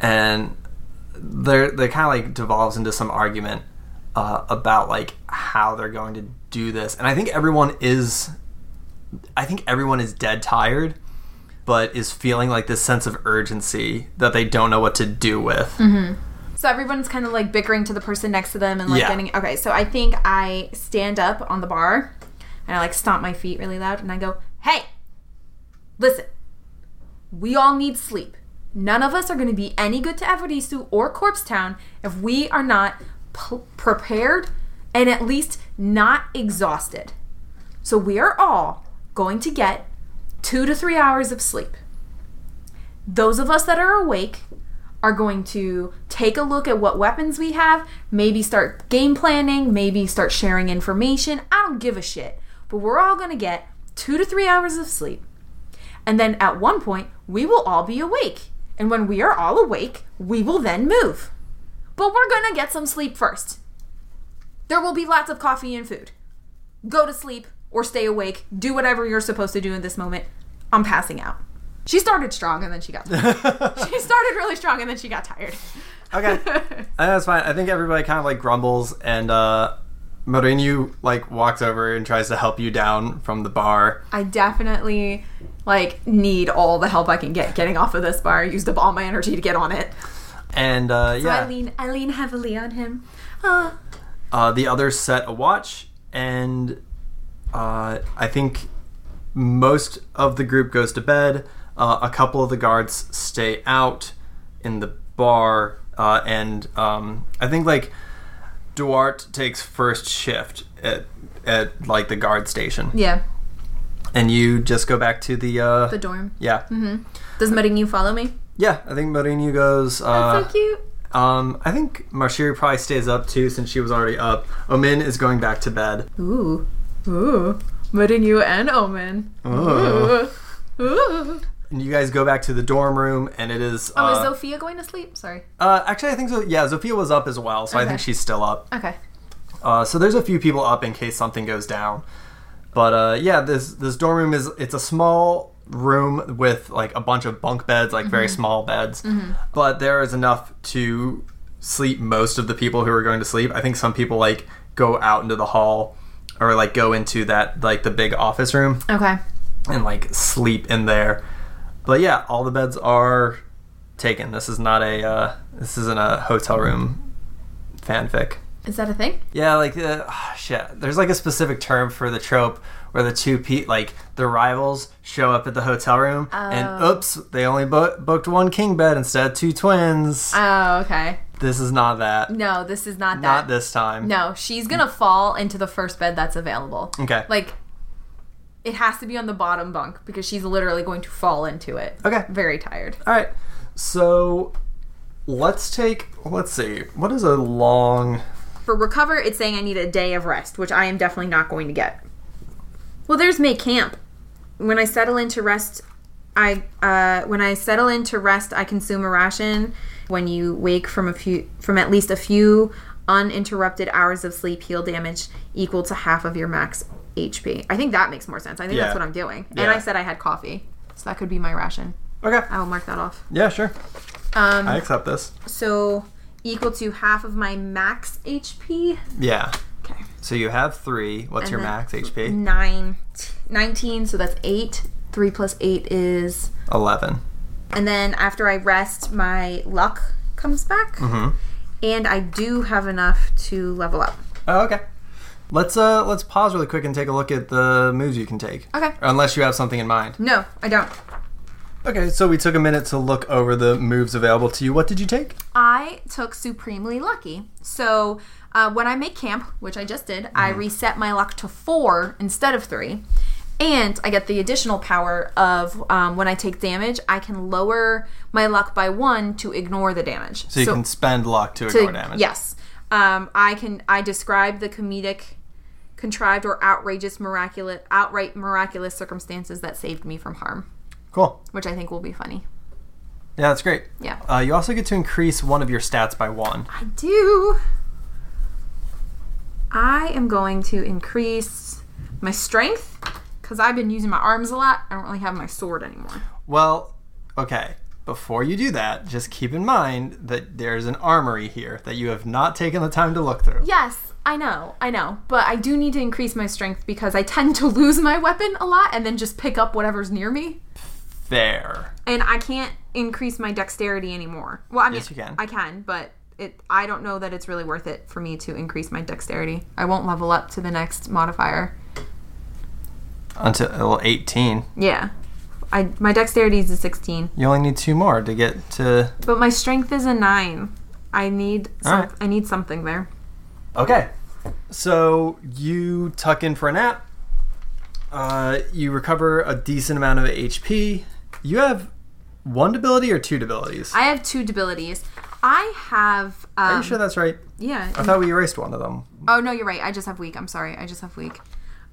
[SPEAKER 1] And they're, they kind of like devolves into some argument uh, about like how they're going to do this. And I think everyone is, I think everyone is dead tired, but is feeling like this sense of urgency that they don't know what to do with.
[SPEAKER 2] So everyone's kind of like bickering to the person next to them and like
[SPEAKER 1] Yeah.
[SPEAKER 2] getting okay. So I think I stand up on the bar and I like stomp my feet really loud and I go, "Hey, listen, we all need sleep. None of us are going to be any good to Everisu or Corpse Town if we are not p- prepared and at least not exhausted. So we are all going to get two to three hours of sleep. Those of us that are awake are going to take a look at what weapons we have, maybe start game planning, maybe start sharing information. I don't give a shit. But we're all going to get two to three hours of sleep. And then at one point, we will all be awake. And when we are all awake, we will then move. But we're going to get some sleep first. There will be lots of coffee and food. Go to sleep or stay awake. Do whatever you're supposed to do in this moment. I'm passing out. She started strong and then she got tired. she started really strong and then she got tired.
[SPEAKER 1] Okay. and that's fine. I think everybody kind of like grumbles and uh Mourinho like walks over and tries to help you down from the bar.
[SPEAKER 2] I definitely like need all the help I can get getting off of this bar. I used up all my energy to get on it.
[SPEAKER 1] And uh
[SPEAKER 2] I
[SPEAKER 1] yeah.
[SPEAKER 2] lean I lean heavily on him. Uh,
[SPEAKER 1] Uh the others set a watch and uh I think most of the group goes to bed. Uh, a couple of the guards stay out in the bar uh, and um I think like Duarte takes first shift at at like the guard station.
[SPEAKER 2] yeah,
[SPEAKER 1] and you just go back to the uh
[SPEAKER 2] the dorm.
[SPEAKER 1] yeah
[SPEAKER 2] Does Marinho follow me?
[SPEAKER 1] yeah i think Mourinho goes
[SPEAKER 2] Oh,
[SPEAKER 1] uh
[SPEAKER 2] so cute.
[SPEAKER 1] um i think marshiri probably stays up too since she was already up omin is going back to bed
[SPEAKER 2] Ooh, ooh, Marinho and Omen. Ooh. Ooh.
[SPEAKER 1] and you guys go back to the dorm room and it is
[SPEAKER 2] Oh, is
[SPEAKER 1] uh,
[SPEAKER 2] Sophia going to sleep? Sorry.
[SPEAKER 1] uh actually i think so yeah zofia was up as well so i
[SPEAKER 2] Okay.
[SPEAKER 1] think she's still up
[SPEAKER 2] Okay.
[SPEAKER 1] Uh, so there's a few people up in case something goes down. But uh, yeah, this this dorm room is it's a small room with like a bunch of bunk beds, like very small beds. But there is enough to sleep most of the people who are going to sleep. I think some people like go out into the hall or like go into that like the big office room
[SPEAKER 2] Okay.
[SPEAKER 1] and like sleep in there. But yeah, all the beds are taken. This is not a uh, this isn't a hotel room fanfic.
[SPEAKER 2] Is that a thing?
[SPEAKER 1] Yeah, like uh, shit. There's like a specific term for the trope where the two pe like the rivals show up at the hotel room
[SPEAKER 2] Oh.
[SPEAKER 1] and oops, they only bo- booked one king bed instead of two twins.
[SPEAKER 2] Oh, okay.
[SPEAKER 1] this is not that.
[SPEAKER 2] No, this is not that.
[SPEAKER 1] Not this time.
[SPEAKER 2] No, she's gonna fall into the first bed that's available.
[SPEAKER 1] Okay.
[SPEAKER 2] Like, it has to be on the bottom bunk because she's literally going to fall into it.
[SPEAKER 1] okay.
[SPEAKER 2] Very tired.
[SPEAKER 1] All right. So let's take let's see. What is a long
[SPEAKER 2] For recover, it's saying I need a day of rest, which I am definitely not going to get. Well, there's May Camp. When I settle into rest, I uh, when I settle into rest, I consume a ration. When you wake from a few from at least a few uninterrupted hours of sleep, heal damage equal to half of your max HP. I think that makes more sense. I think
[SPEAKER 1] Yeah.
[SPEAKER 2] that's what I'm doing. And
[SPEAKER 1] Yeah.
[SPEAKER 2] I said I had coffee, so that could be my ration.
[SPEAKER 1] Okay.
[SPEAKER 2] I will mark that off.
[SPEAKER 1] Yeah, sure.
[SPEAKER 2] Um,
[SPEAKER 1] I accept this.
[SPEAKER 2] so equal to half of my max HP.
[SPEAKER 1] Yeah.
[SPEAKER 2] Okay.
[SPEAKER 1] So you have 3. What's your
[SPEAKER 2] then-
[SPEAKER 1] max HP?
[SPEAKER 2] nine, 19, so that's eight. Three plus eight is.
[SPEAKER 1] 11.
[SPEAKER 2] And then after I rest, my luck comes back. And I do have enough to level up.
[SPEAKER 1] Oh, okay. Let's uh let's pause really quick and take a look at the moves you can take.
[SPEAKER 2] Okay.
[SPEAKER 1] Unless you have something in mind.
[SPEAKER 2] No, I don't.
[SPEAKER 1] Okay, so we took a minute to look over the moves available to you. What did you take?
[SPEAKER 2] I took Supremely Lucky. So
[SPEAKER 1] Mm-hmm.
[SPEAKER 2] uh, when I make camp, which I just did, I reset my luck to four instead of three. And I get the additional power of um, when I take damage, I can lower my luck by one to ignore the damage.
[SPEAKER 1] So you can spend luck to, ignore
[SPEAKER 2] to-
[SPEAKER 1] damage.
[SPEAKER 2] Yes. Um, I can I describe the comedic, contrived or outrageous miraculous outright miraculous circumstances that saved me from harm,
[SPEAKER 1] Cool.
[SPEAKER 2] which I think will be funny.
[SPEAKER 1] Yeah, that's great.
[SPEAKER 2] Yeah.
[SPEAKER 1] Uh, you also get to increase one of your stats by one.
[SPEAKER 2] I do. I am going to increase my strength because I've been using my arms a lot. I don't really have my sword anymore.
[SPEAKER 1] Well, okay. Before you do that, just keep in mind that there's an armory here that you have not taken the time to look through.
[SPEAKER 2] Yes, I know, I know, but I do need to increase my strength because I tend to lose my weapon a lot and then just pick up whatever's near me.
[SPEAKER 1] There.
[SPEAKER 2] and I can't increase my dexterity anymore. Well, I mean,
[SPEAKER 1] Yes, you can.
[SPEAKER 2] I can, but it. I don't know that it's really worth it for me to increase my dexterity. I won't level up to the next modifier.
[SPEAKER 1] Until 18.
[SPEAKER 2] Yeah, I my dexterity is a sixteen,
[SPEAKER 1] You only need two more to get to.
[SPEAKER 2] but my strength is a nine. I need some,
[SPEAKER 1] Alright.
[SPEAKER 2] I need something there.
[SPEAKER 1] Okay. So you tuck in for a nap. Uh, you recover a decent amount of HP. You have one debility or two debilities.
[SPEAKER 2] I have two debilities. I have. Um,
[SPEAKER 1] Are you sure that's right?
[SPEAKER 2] Yeah.
[SPEAKER 1] I thought we erased one of them.
[SPEAKER 2] Oh no, you're right. I just have weak. I'm sorry. I just have weak.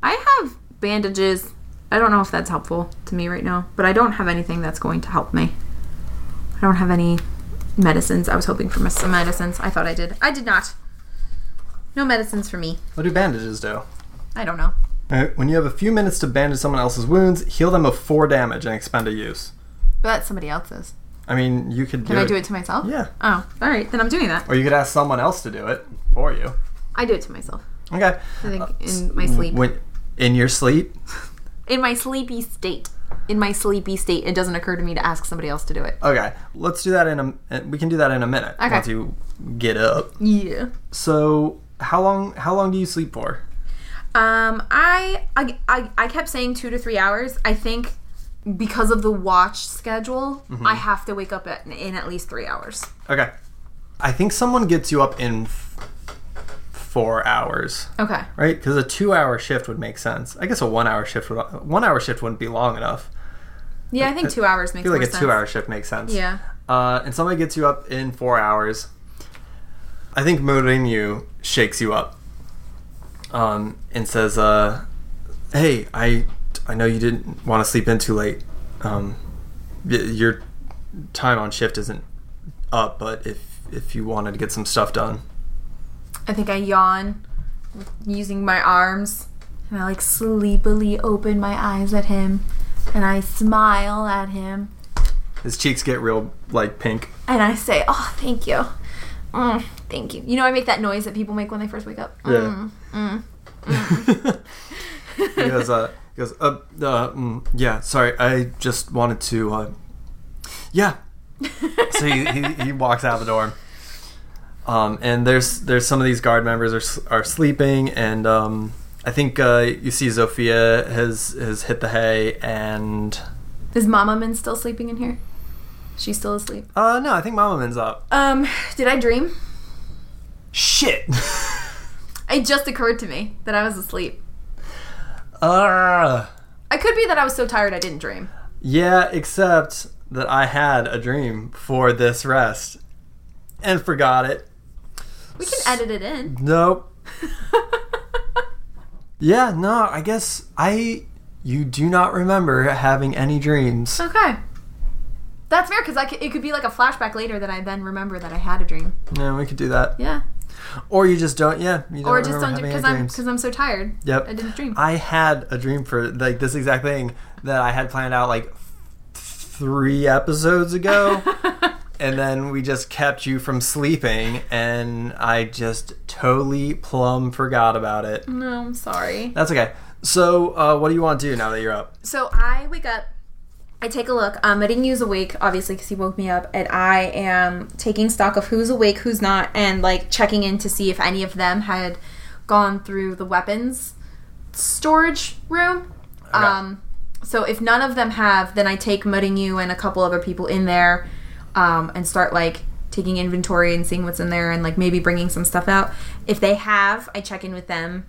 [SPEAKER 2] I have bandages. I don't know if that's helpful to me right now, but I don't have anything that's going to help me. I don't have any medicines. I was hoping for mes- some medicines. I thought I did. I did not. No medicines for me.
[SPEAKER 1] What do bandages do?
[SPEAKER 2] I don't know.
[SPEAKER 1] Alright, Uh, when you have a few minutes to bandage someone else's wounds, heal them of four damage and expend a use.
[SPEAKER 2] But that's somebody else's.
[SPEAKER 1] I mean, you could
[SPEAKER 2] Can
[SPEAKER 1] do
[SPEAKER 2] I do it to myself?
[SPEAKER 1] Yeah.
[SPEAKER 2] Oh, all right. Then I'm doing that.
[SPEAKER 1] Or you could ask someone else to do it for you.
[SPEAKER 2] I do it to myself.
[SPEAKER 1] Okay.
[SPEAKER 2] I think
[SPEAKER 1] s-
[SPEAKER 2] in my sleep.
[SPEAKER 1] When, in your sleep?
[SPEAKER 2] In my sleepy state. In my sleepy state, it doesn't occur to me to ask somebody else to do it.
[SPEAKER 1] Okay. Let's do that in a uh, we can do that in a minute
[SPEAKER 2] Okay.
[SPEAKER 1] once you get up.
[SPEAKER 2] Yeah.
[SPEAKER 1] So, how long how long do you sleep for?
[SPEAKER 2] Um, I, I I I kept saying two to three hours. I think because of the watch schedule, I have to wake up at, in at least three hours.
[SPEAKER 1] Okay. I think someone gets you up in f- 4 hours.
[SPEAKER 2] Okay.
[SPEAKER 1] right? Because a two-hour shift would make sense. I guess a one-hour shift would one-hour shift wouldn't be long enough.
[SPEAKER 2] Yeah, I think two hours
[SPEAKER 1] I
[SPEAKER 2] makes
[SPEAKER 1] feel like
[SPEAKER 2] more
[SPEAKER 1] a
[SPEAKER 2] sense.
[SPEAKER 1] two-hour shift makes sense.
[SPEAKER 2] Yeah.
[SPEAKER 1] Uh, and somebody gets you up in four hours. I think Mourinho shakes you up um, and says, uh, "Hey, I I know you didn't want to sleep in too late. Um, y- your time on shift isn't up, but if if you wanted to get some stuff done,
[SPEAKER 2] I think I yawn, using my arms, and I like sleepily open my eyes at him, and I smile at him,
[SPEAKER 1] his cheeks get real like pink."
[SPEAKER 2] and I say, "Oh, thank you, mm, thank you." You know, I make that noise that people make when they first wake up.
[SPEAKER 1] Yeah.
[SPEAKER 2] Mm.
[SPEAKER 1] he goes, uh, he goes, uh, uh, mm, yeah, sorry, I just wanted to, uh, yeah. So he, he, he walks out the door. Um, and there's there's some of these guard members are, s- are sleeping, and um, I think uh, you see Zofia has has hit the hay, and
[SPEAKER 2] Is Mama Min still sleeping in here? She's still asleep.
[SPEAKER 1] uh, no, I think Mama Man's up.
[SPEAKER 2] Um, did I dream?
[SPEAKER 1] Shit.
[SPEAKER 2] It just occurred to me that I was asleep.
[SPEAKER 1] uh,
[SPEAKER 2] I could be that I was so tired I didn't dream.
[SPEAKER 1] Yeah, except that I had a dream for this rest and forgot it.
[SPEAKER 2] We can edit it in.
[SPEAKER 1] Nope. Yeah, no, I guess I. You do not remember having any dreams.
[SPEAKER 2] okay. That's fair because it could be like a flashback later that I then remember that I had a dream.
[SPEAKER 1] No, we could do that.
[SPEAKER 2] Yeah.
[SPEAKER 1] Or you just don't, yeah. You don't
[SPEAKER 2] Or just
[SPEAKER 1] remember
[SPEAKER 2] don't
[SPEAKER 1] having
[SPEAKER 2] because
[SPEAKER 1] any
[SPEAKER 2] I'm
[SPEAKER 1] dreams.
[SPEAKER 2] because I'm so tired.
[SPEAKER 1] Yep.
[SPEAKER 2] I didn't dream.
[SPEAKER 1] I had a dream for like this exact thing that I had planned out like th- three episodes ago, and then we just kept you from sleeping, and I just totally plumb forgot about it.
[SPEAKER 2] no, I'm sorry.
[SPEAKER 1] That's okay. So, uh, what do you want to do now that you're up?
[SPEAKER 2] So I wake up. I take a look. Um, Maringu's awake, obviously, because he woke me up, and I am taking stock of who's awake, who's not, and like checking in to see if any of them had gone through the weapons storage room. Um, so if none of them have, then I take Maringu and a couple other people in there, um, and start like taking inventory and seeing what's in there, and like maybe bringing some stuff out. If they have, I check in with them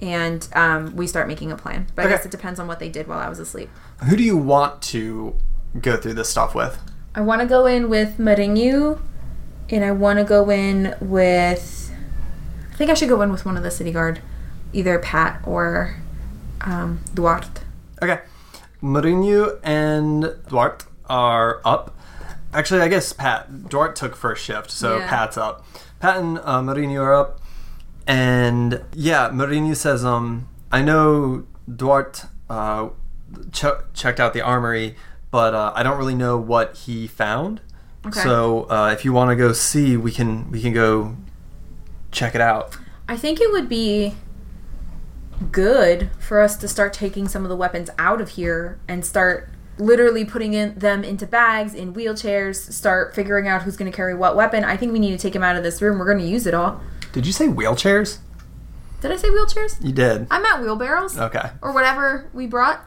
[SPEAKER 3] and um, we start making a plan. But
[SPEAKER 1] Okay.
[SPEAKER 3] I guess it depends on what they did while I was asleep.
[SPEAKER 1] Who do you want to go through this stuff with?
[SPEAKER 3] I want to go in with Maringu, and I want to go in with. I think I should go in with one of the city guard, either Pat or um, Duarte.
[SPEAKER 1] Okay. Mourinho and Duarte are up. Actually, I guess Pat. Duarte took first shift, so
[SPEAKER 3] Yeah.
[SPEAKER 1] Pat's up. Pat and uh, Mourinho are up. And yeah, Mourinho says, um, I know Duarte uh, ch- checked out the armory, but uh, I don't really know what he found. So uh, if you want to go see, we can we can go check it out.
[SPEAKER 3] I think it would be good for us to start taking some of the weapons out of here and start literally putting in them into bags in wheelchairs start figuring out who's going to carry what weapon i think we need to take them out of this room we're going to use it all
[SPEAKER 1] Did you say wheelchairs?
[SPEAKER 3] did i say wheelchairs
[SPEAKER 1] You did.
[SPEAKER 2] I meant wheelbarrows
[SPEAKER 1] Okay.
[SPEAKER 2] or whatever we brought.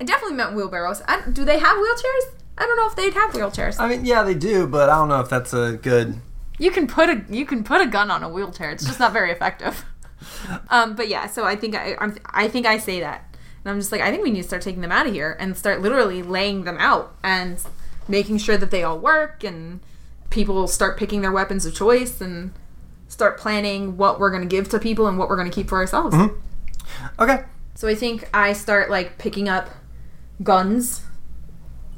[SPEAKER 2] I definitely meant wheelbarrows. I, do they have wheelchairs? I don't know if they'd have wheelchairs.
[SPEAKER 1] I mean, yeah, they do, but I don't know if that's a good
[SPEAKER 2] You can put a you can put a gun on a wheelchair. It's just not very effective. um, but yeah, so I think I I'm, I think I say that, and I'm just like I think we need to start taking them out of here and start literally laying them out and making sure that they all work and people start picking their weapons of choice and start planning what we're going to give to people and what we're going to keep for ourselves.
[SPEAKER 1] Mm-hmm. Okay.
[SPEAKER 3] so i think i start like picking up guns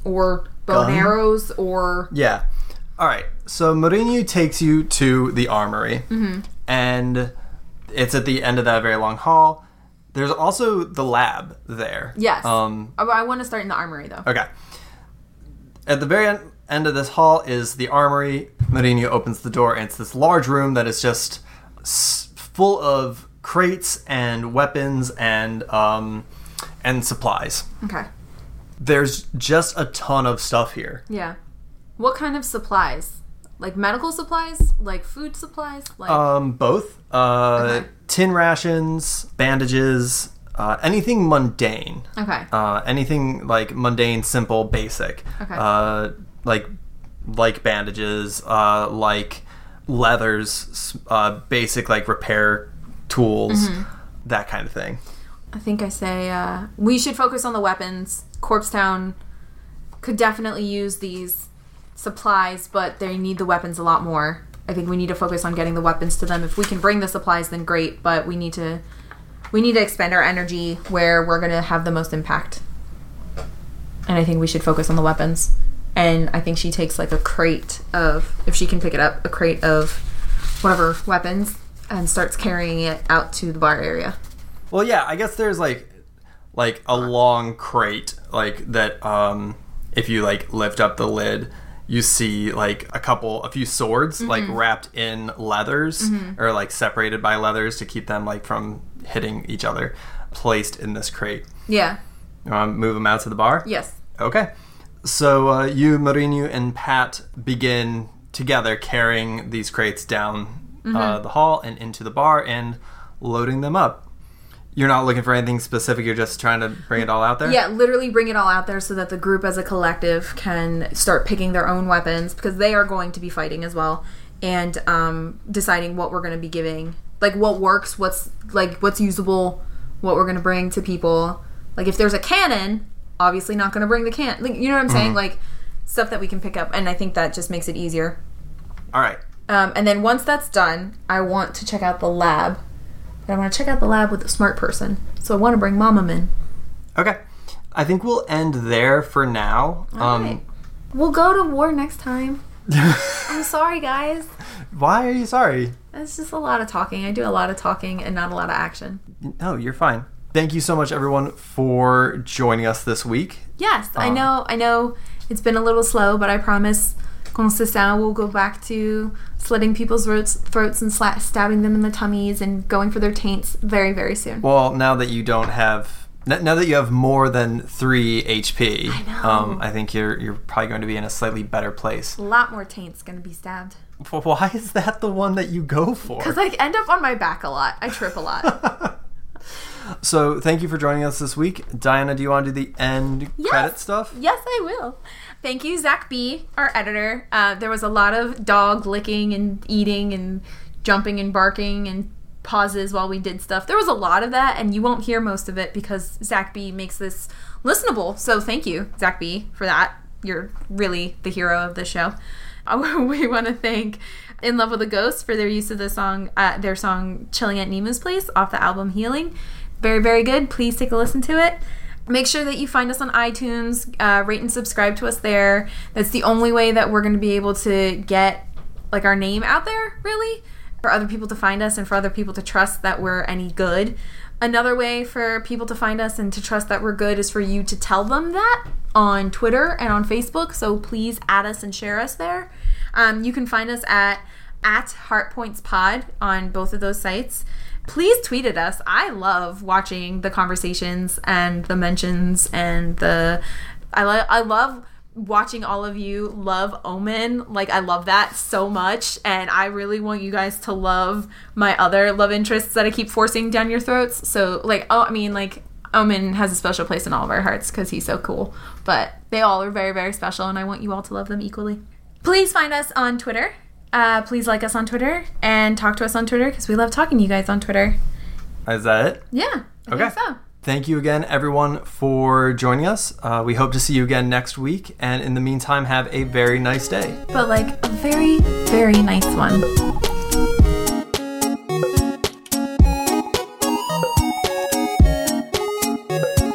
[SPEAKER 2] Or bow and
[SPEAKER 1] Gun?
[SPEAKER 2] arrows or
[SPEAKER 1] Yeah. All right. So Mourinho takes you to the armory, and it's at the end of that very long hall. There's also the lab there.
[SPEAKER 2] Yes.
[SPEAKER 1] Um.
[SPEAKER 2] Oh, I want to start in the armory though.
[SPEAKER 1] Okay. At the very en- end of this hall is the armory. Mourinho opens the door, and it's this large room that is just s- full of crates and weapons and um and supplies.
[SPEAKER 2] Okay.
[SPEAKER 1] There's just a ton of stuff here.
[SPEAKER 2] Yeah. What kind of supplies? Like medical supplies? Like food supplies? Like
[SPEAKER 1] Um, both. Uh,
[SPEAKER 2] Okay.
[SPEAKER 1] Tin rations, bandages, uh, anything mundane.
[SPEAKER 2] okay.
[SPEAKER 1] Uh, anything like mundane, simple, basic.
[SPEAKER 2] Okay.
[SPEAKER 1] Uh, like like bandages, uh, like leathers, s- uh, basic like repair tools,
[SPEAKER 2] Mm-hmm.
[SPEAKER 1] that kind of thing.
[SPEAKER 2] I think I say uh, we should focus on the weapons. Corpse Town could definitely use these supplies, but they need the weapons a lot more. I think we need to focus on getting the weapons to them. If we can bring the supplies, then great. But we need to we need to expend our energy where we're gonna have the most impact. And I think we should focus on the weapons. And I think she takes like a crate of if she can pick it up, a crate of whatever weapons, and starts carrying it out to the bar area.
[SPEAKER 1] Well, yeah, I guess there's like like a long crate like that um if you like lift up the lid you see like a couple a few swords like wrapped in leathers or like separated by leathers to keep them like from hitting each other placed in this crate
[SPEAKER 2] Yeah.
[SPEAKER 1] you want to move them out to the bar
[SPEAKER 2] Yes.
[SPEAKER 1] okay so uh, you Mourinho and Pat begin together carrying these crates down uh, the hall and into the bar and loading them up you're not looking for anything specific you're just trying to bring it all out there
[SPEAKER 2] Yeah, literally bring it all out there so that the group as a collective can start picking their own weapons because they are going to be fighting as well and um, deciding what we're going to be giving, like what works, what's like what's usable, what we're going to bring to people. Like if there's a cannon, obviously not going to bring the can. Like you know what I'm saying? Like stuff that we can pick up, and I think that just makes it easier.
[SPEAKER 1] all right
[SPEAKER 2] Um, and then once that's done, I want to check out the lab. And I want to check out the lab with a smart person. So I want to bring Mama in.
[SPEAKER 1] Okay. I think we'll end there for now. Um,
[SPEAKER 2] We'll go to war next time. I'm sorry, guys.
[SPEAKER 1] Why are you sorry?
[SPEAKER 2] It's just a lot of talking. I do a lot of talking and not a lot of action.
[SPEAKER 1] No, you're fine. Thank you so much, everyone, for joining us this week.
[SPEAKER 2] Yes, I know. I know it's been a little slow, but I promise, Consistent will go back to slitting people's throats, throats and sla- stabbing them in the tummies and going for their taints very, very soon.
[SPEAKER 1] Well, now that you don't have, n- now that you have more than three HP, I know. Um, I think you're you're probably going to be in a slightly better place.
[SPEAKER 2] a lot more taints gonna be stabbed
[SPEAKER 1] Wh- Why is that the one that you go for?
[SPEAKER 2] because I end up on my back a lot. I trip a lot.
[SPEAKER 1] So, thank you for joining us this week, Diana. Do you want to do the end credit stuff?
[SPEAKER 2] Yes, I will. Thank you, Zach B, our editor. Uh, there was a lot of dog licking and eating and jumping and barking and pauses while we did stuff. There was a lot of that, and you won't hear most of it because Zach B makes this listenable. So thank you, Zach B, for that. You're really the hero of the show. Uh, we want to thank In Love with a Ghost for their use of the song, uh, their song "Chilling at Nemo's Place" off the album "Healing." Very, very good. Please take a listen to it. Make sure that you find us on iTunes, uh, rate and subscribe to us there. That's the only way that we're going to be able to get like our name out there, really, for other people to find us and for other people to trust that we're any good. Another way for people to find us and to trust that we're good is for you to tell them that on Twitter and on Facebook. So please add us and share us there. Um, you can find us at at HeartPointsPod on both of those sites please tweet at us. I love watching the conversations and the mentions and the I love I love watching all of you love Omen. Like I love that so much and I really want you guys to love my other love interests that I keep forcing down your throats. So like oh I mean like Omen has a special place in all of our hearts cuz he's so cool. But they all are very very special and I want you all to love them equally. Please find us on Twitter uh, please like us on Twitter and talk to us on Twitter because we love talking to you guys on Twitter.
[SPEAKER 1] Is that it?
[SPEAKER 2] Yeah. I
[SPEAKER 1] Okay.
[SPEAKER 2] Think so.
[SPEAKER 1] Thank you again, everyone, for joining us. Uh, we hope to see you again next week. And in the meantime, have a very nice day.
[SPEAKER 2] But like a very, very nice one.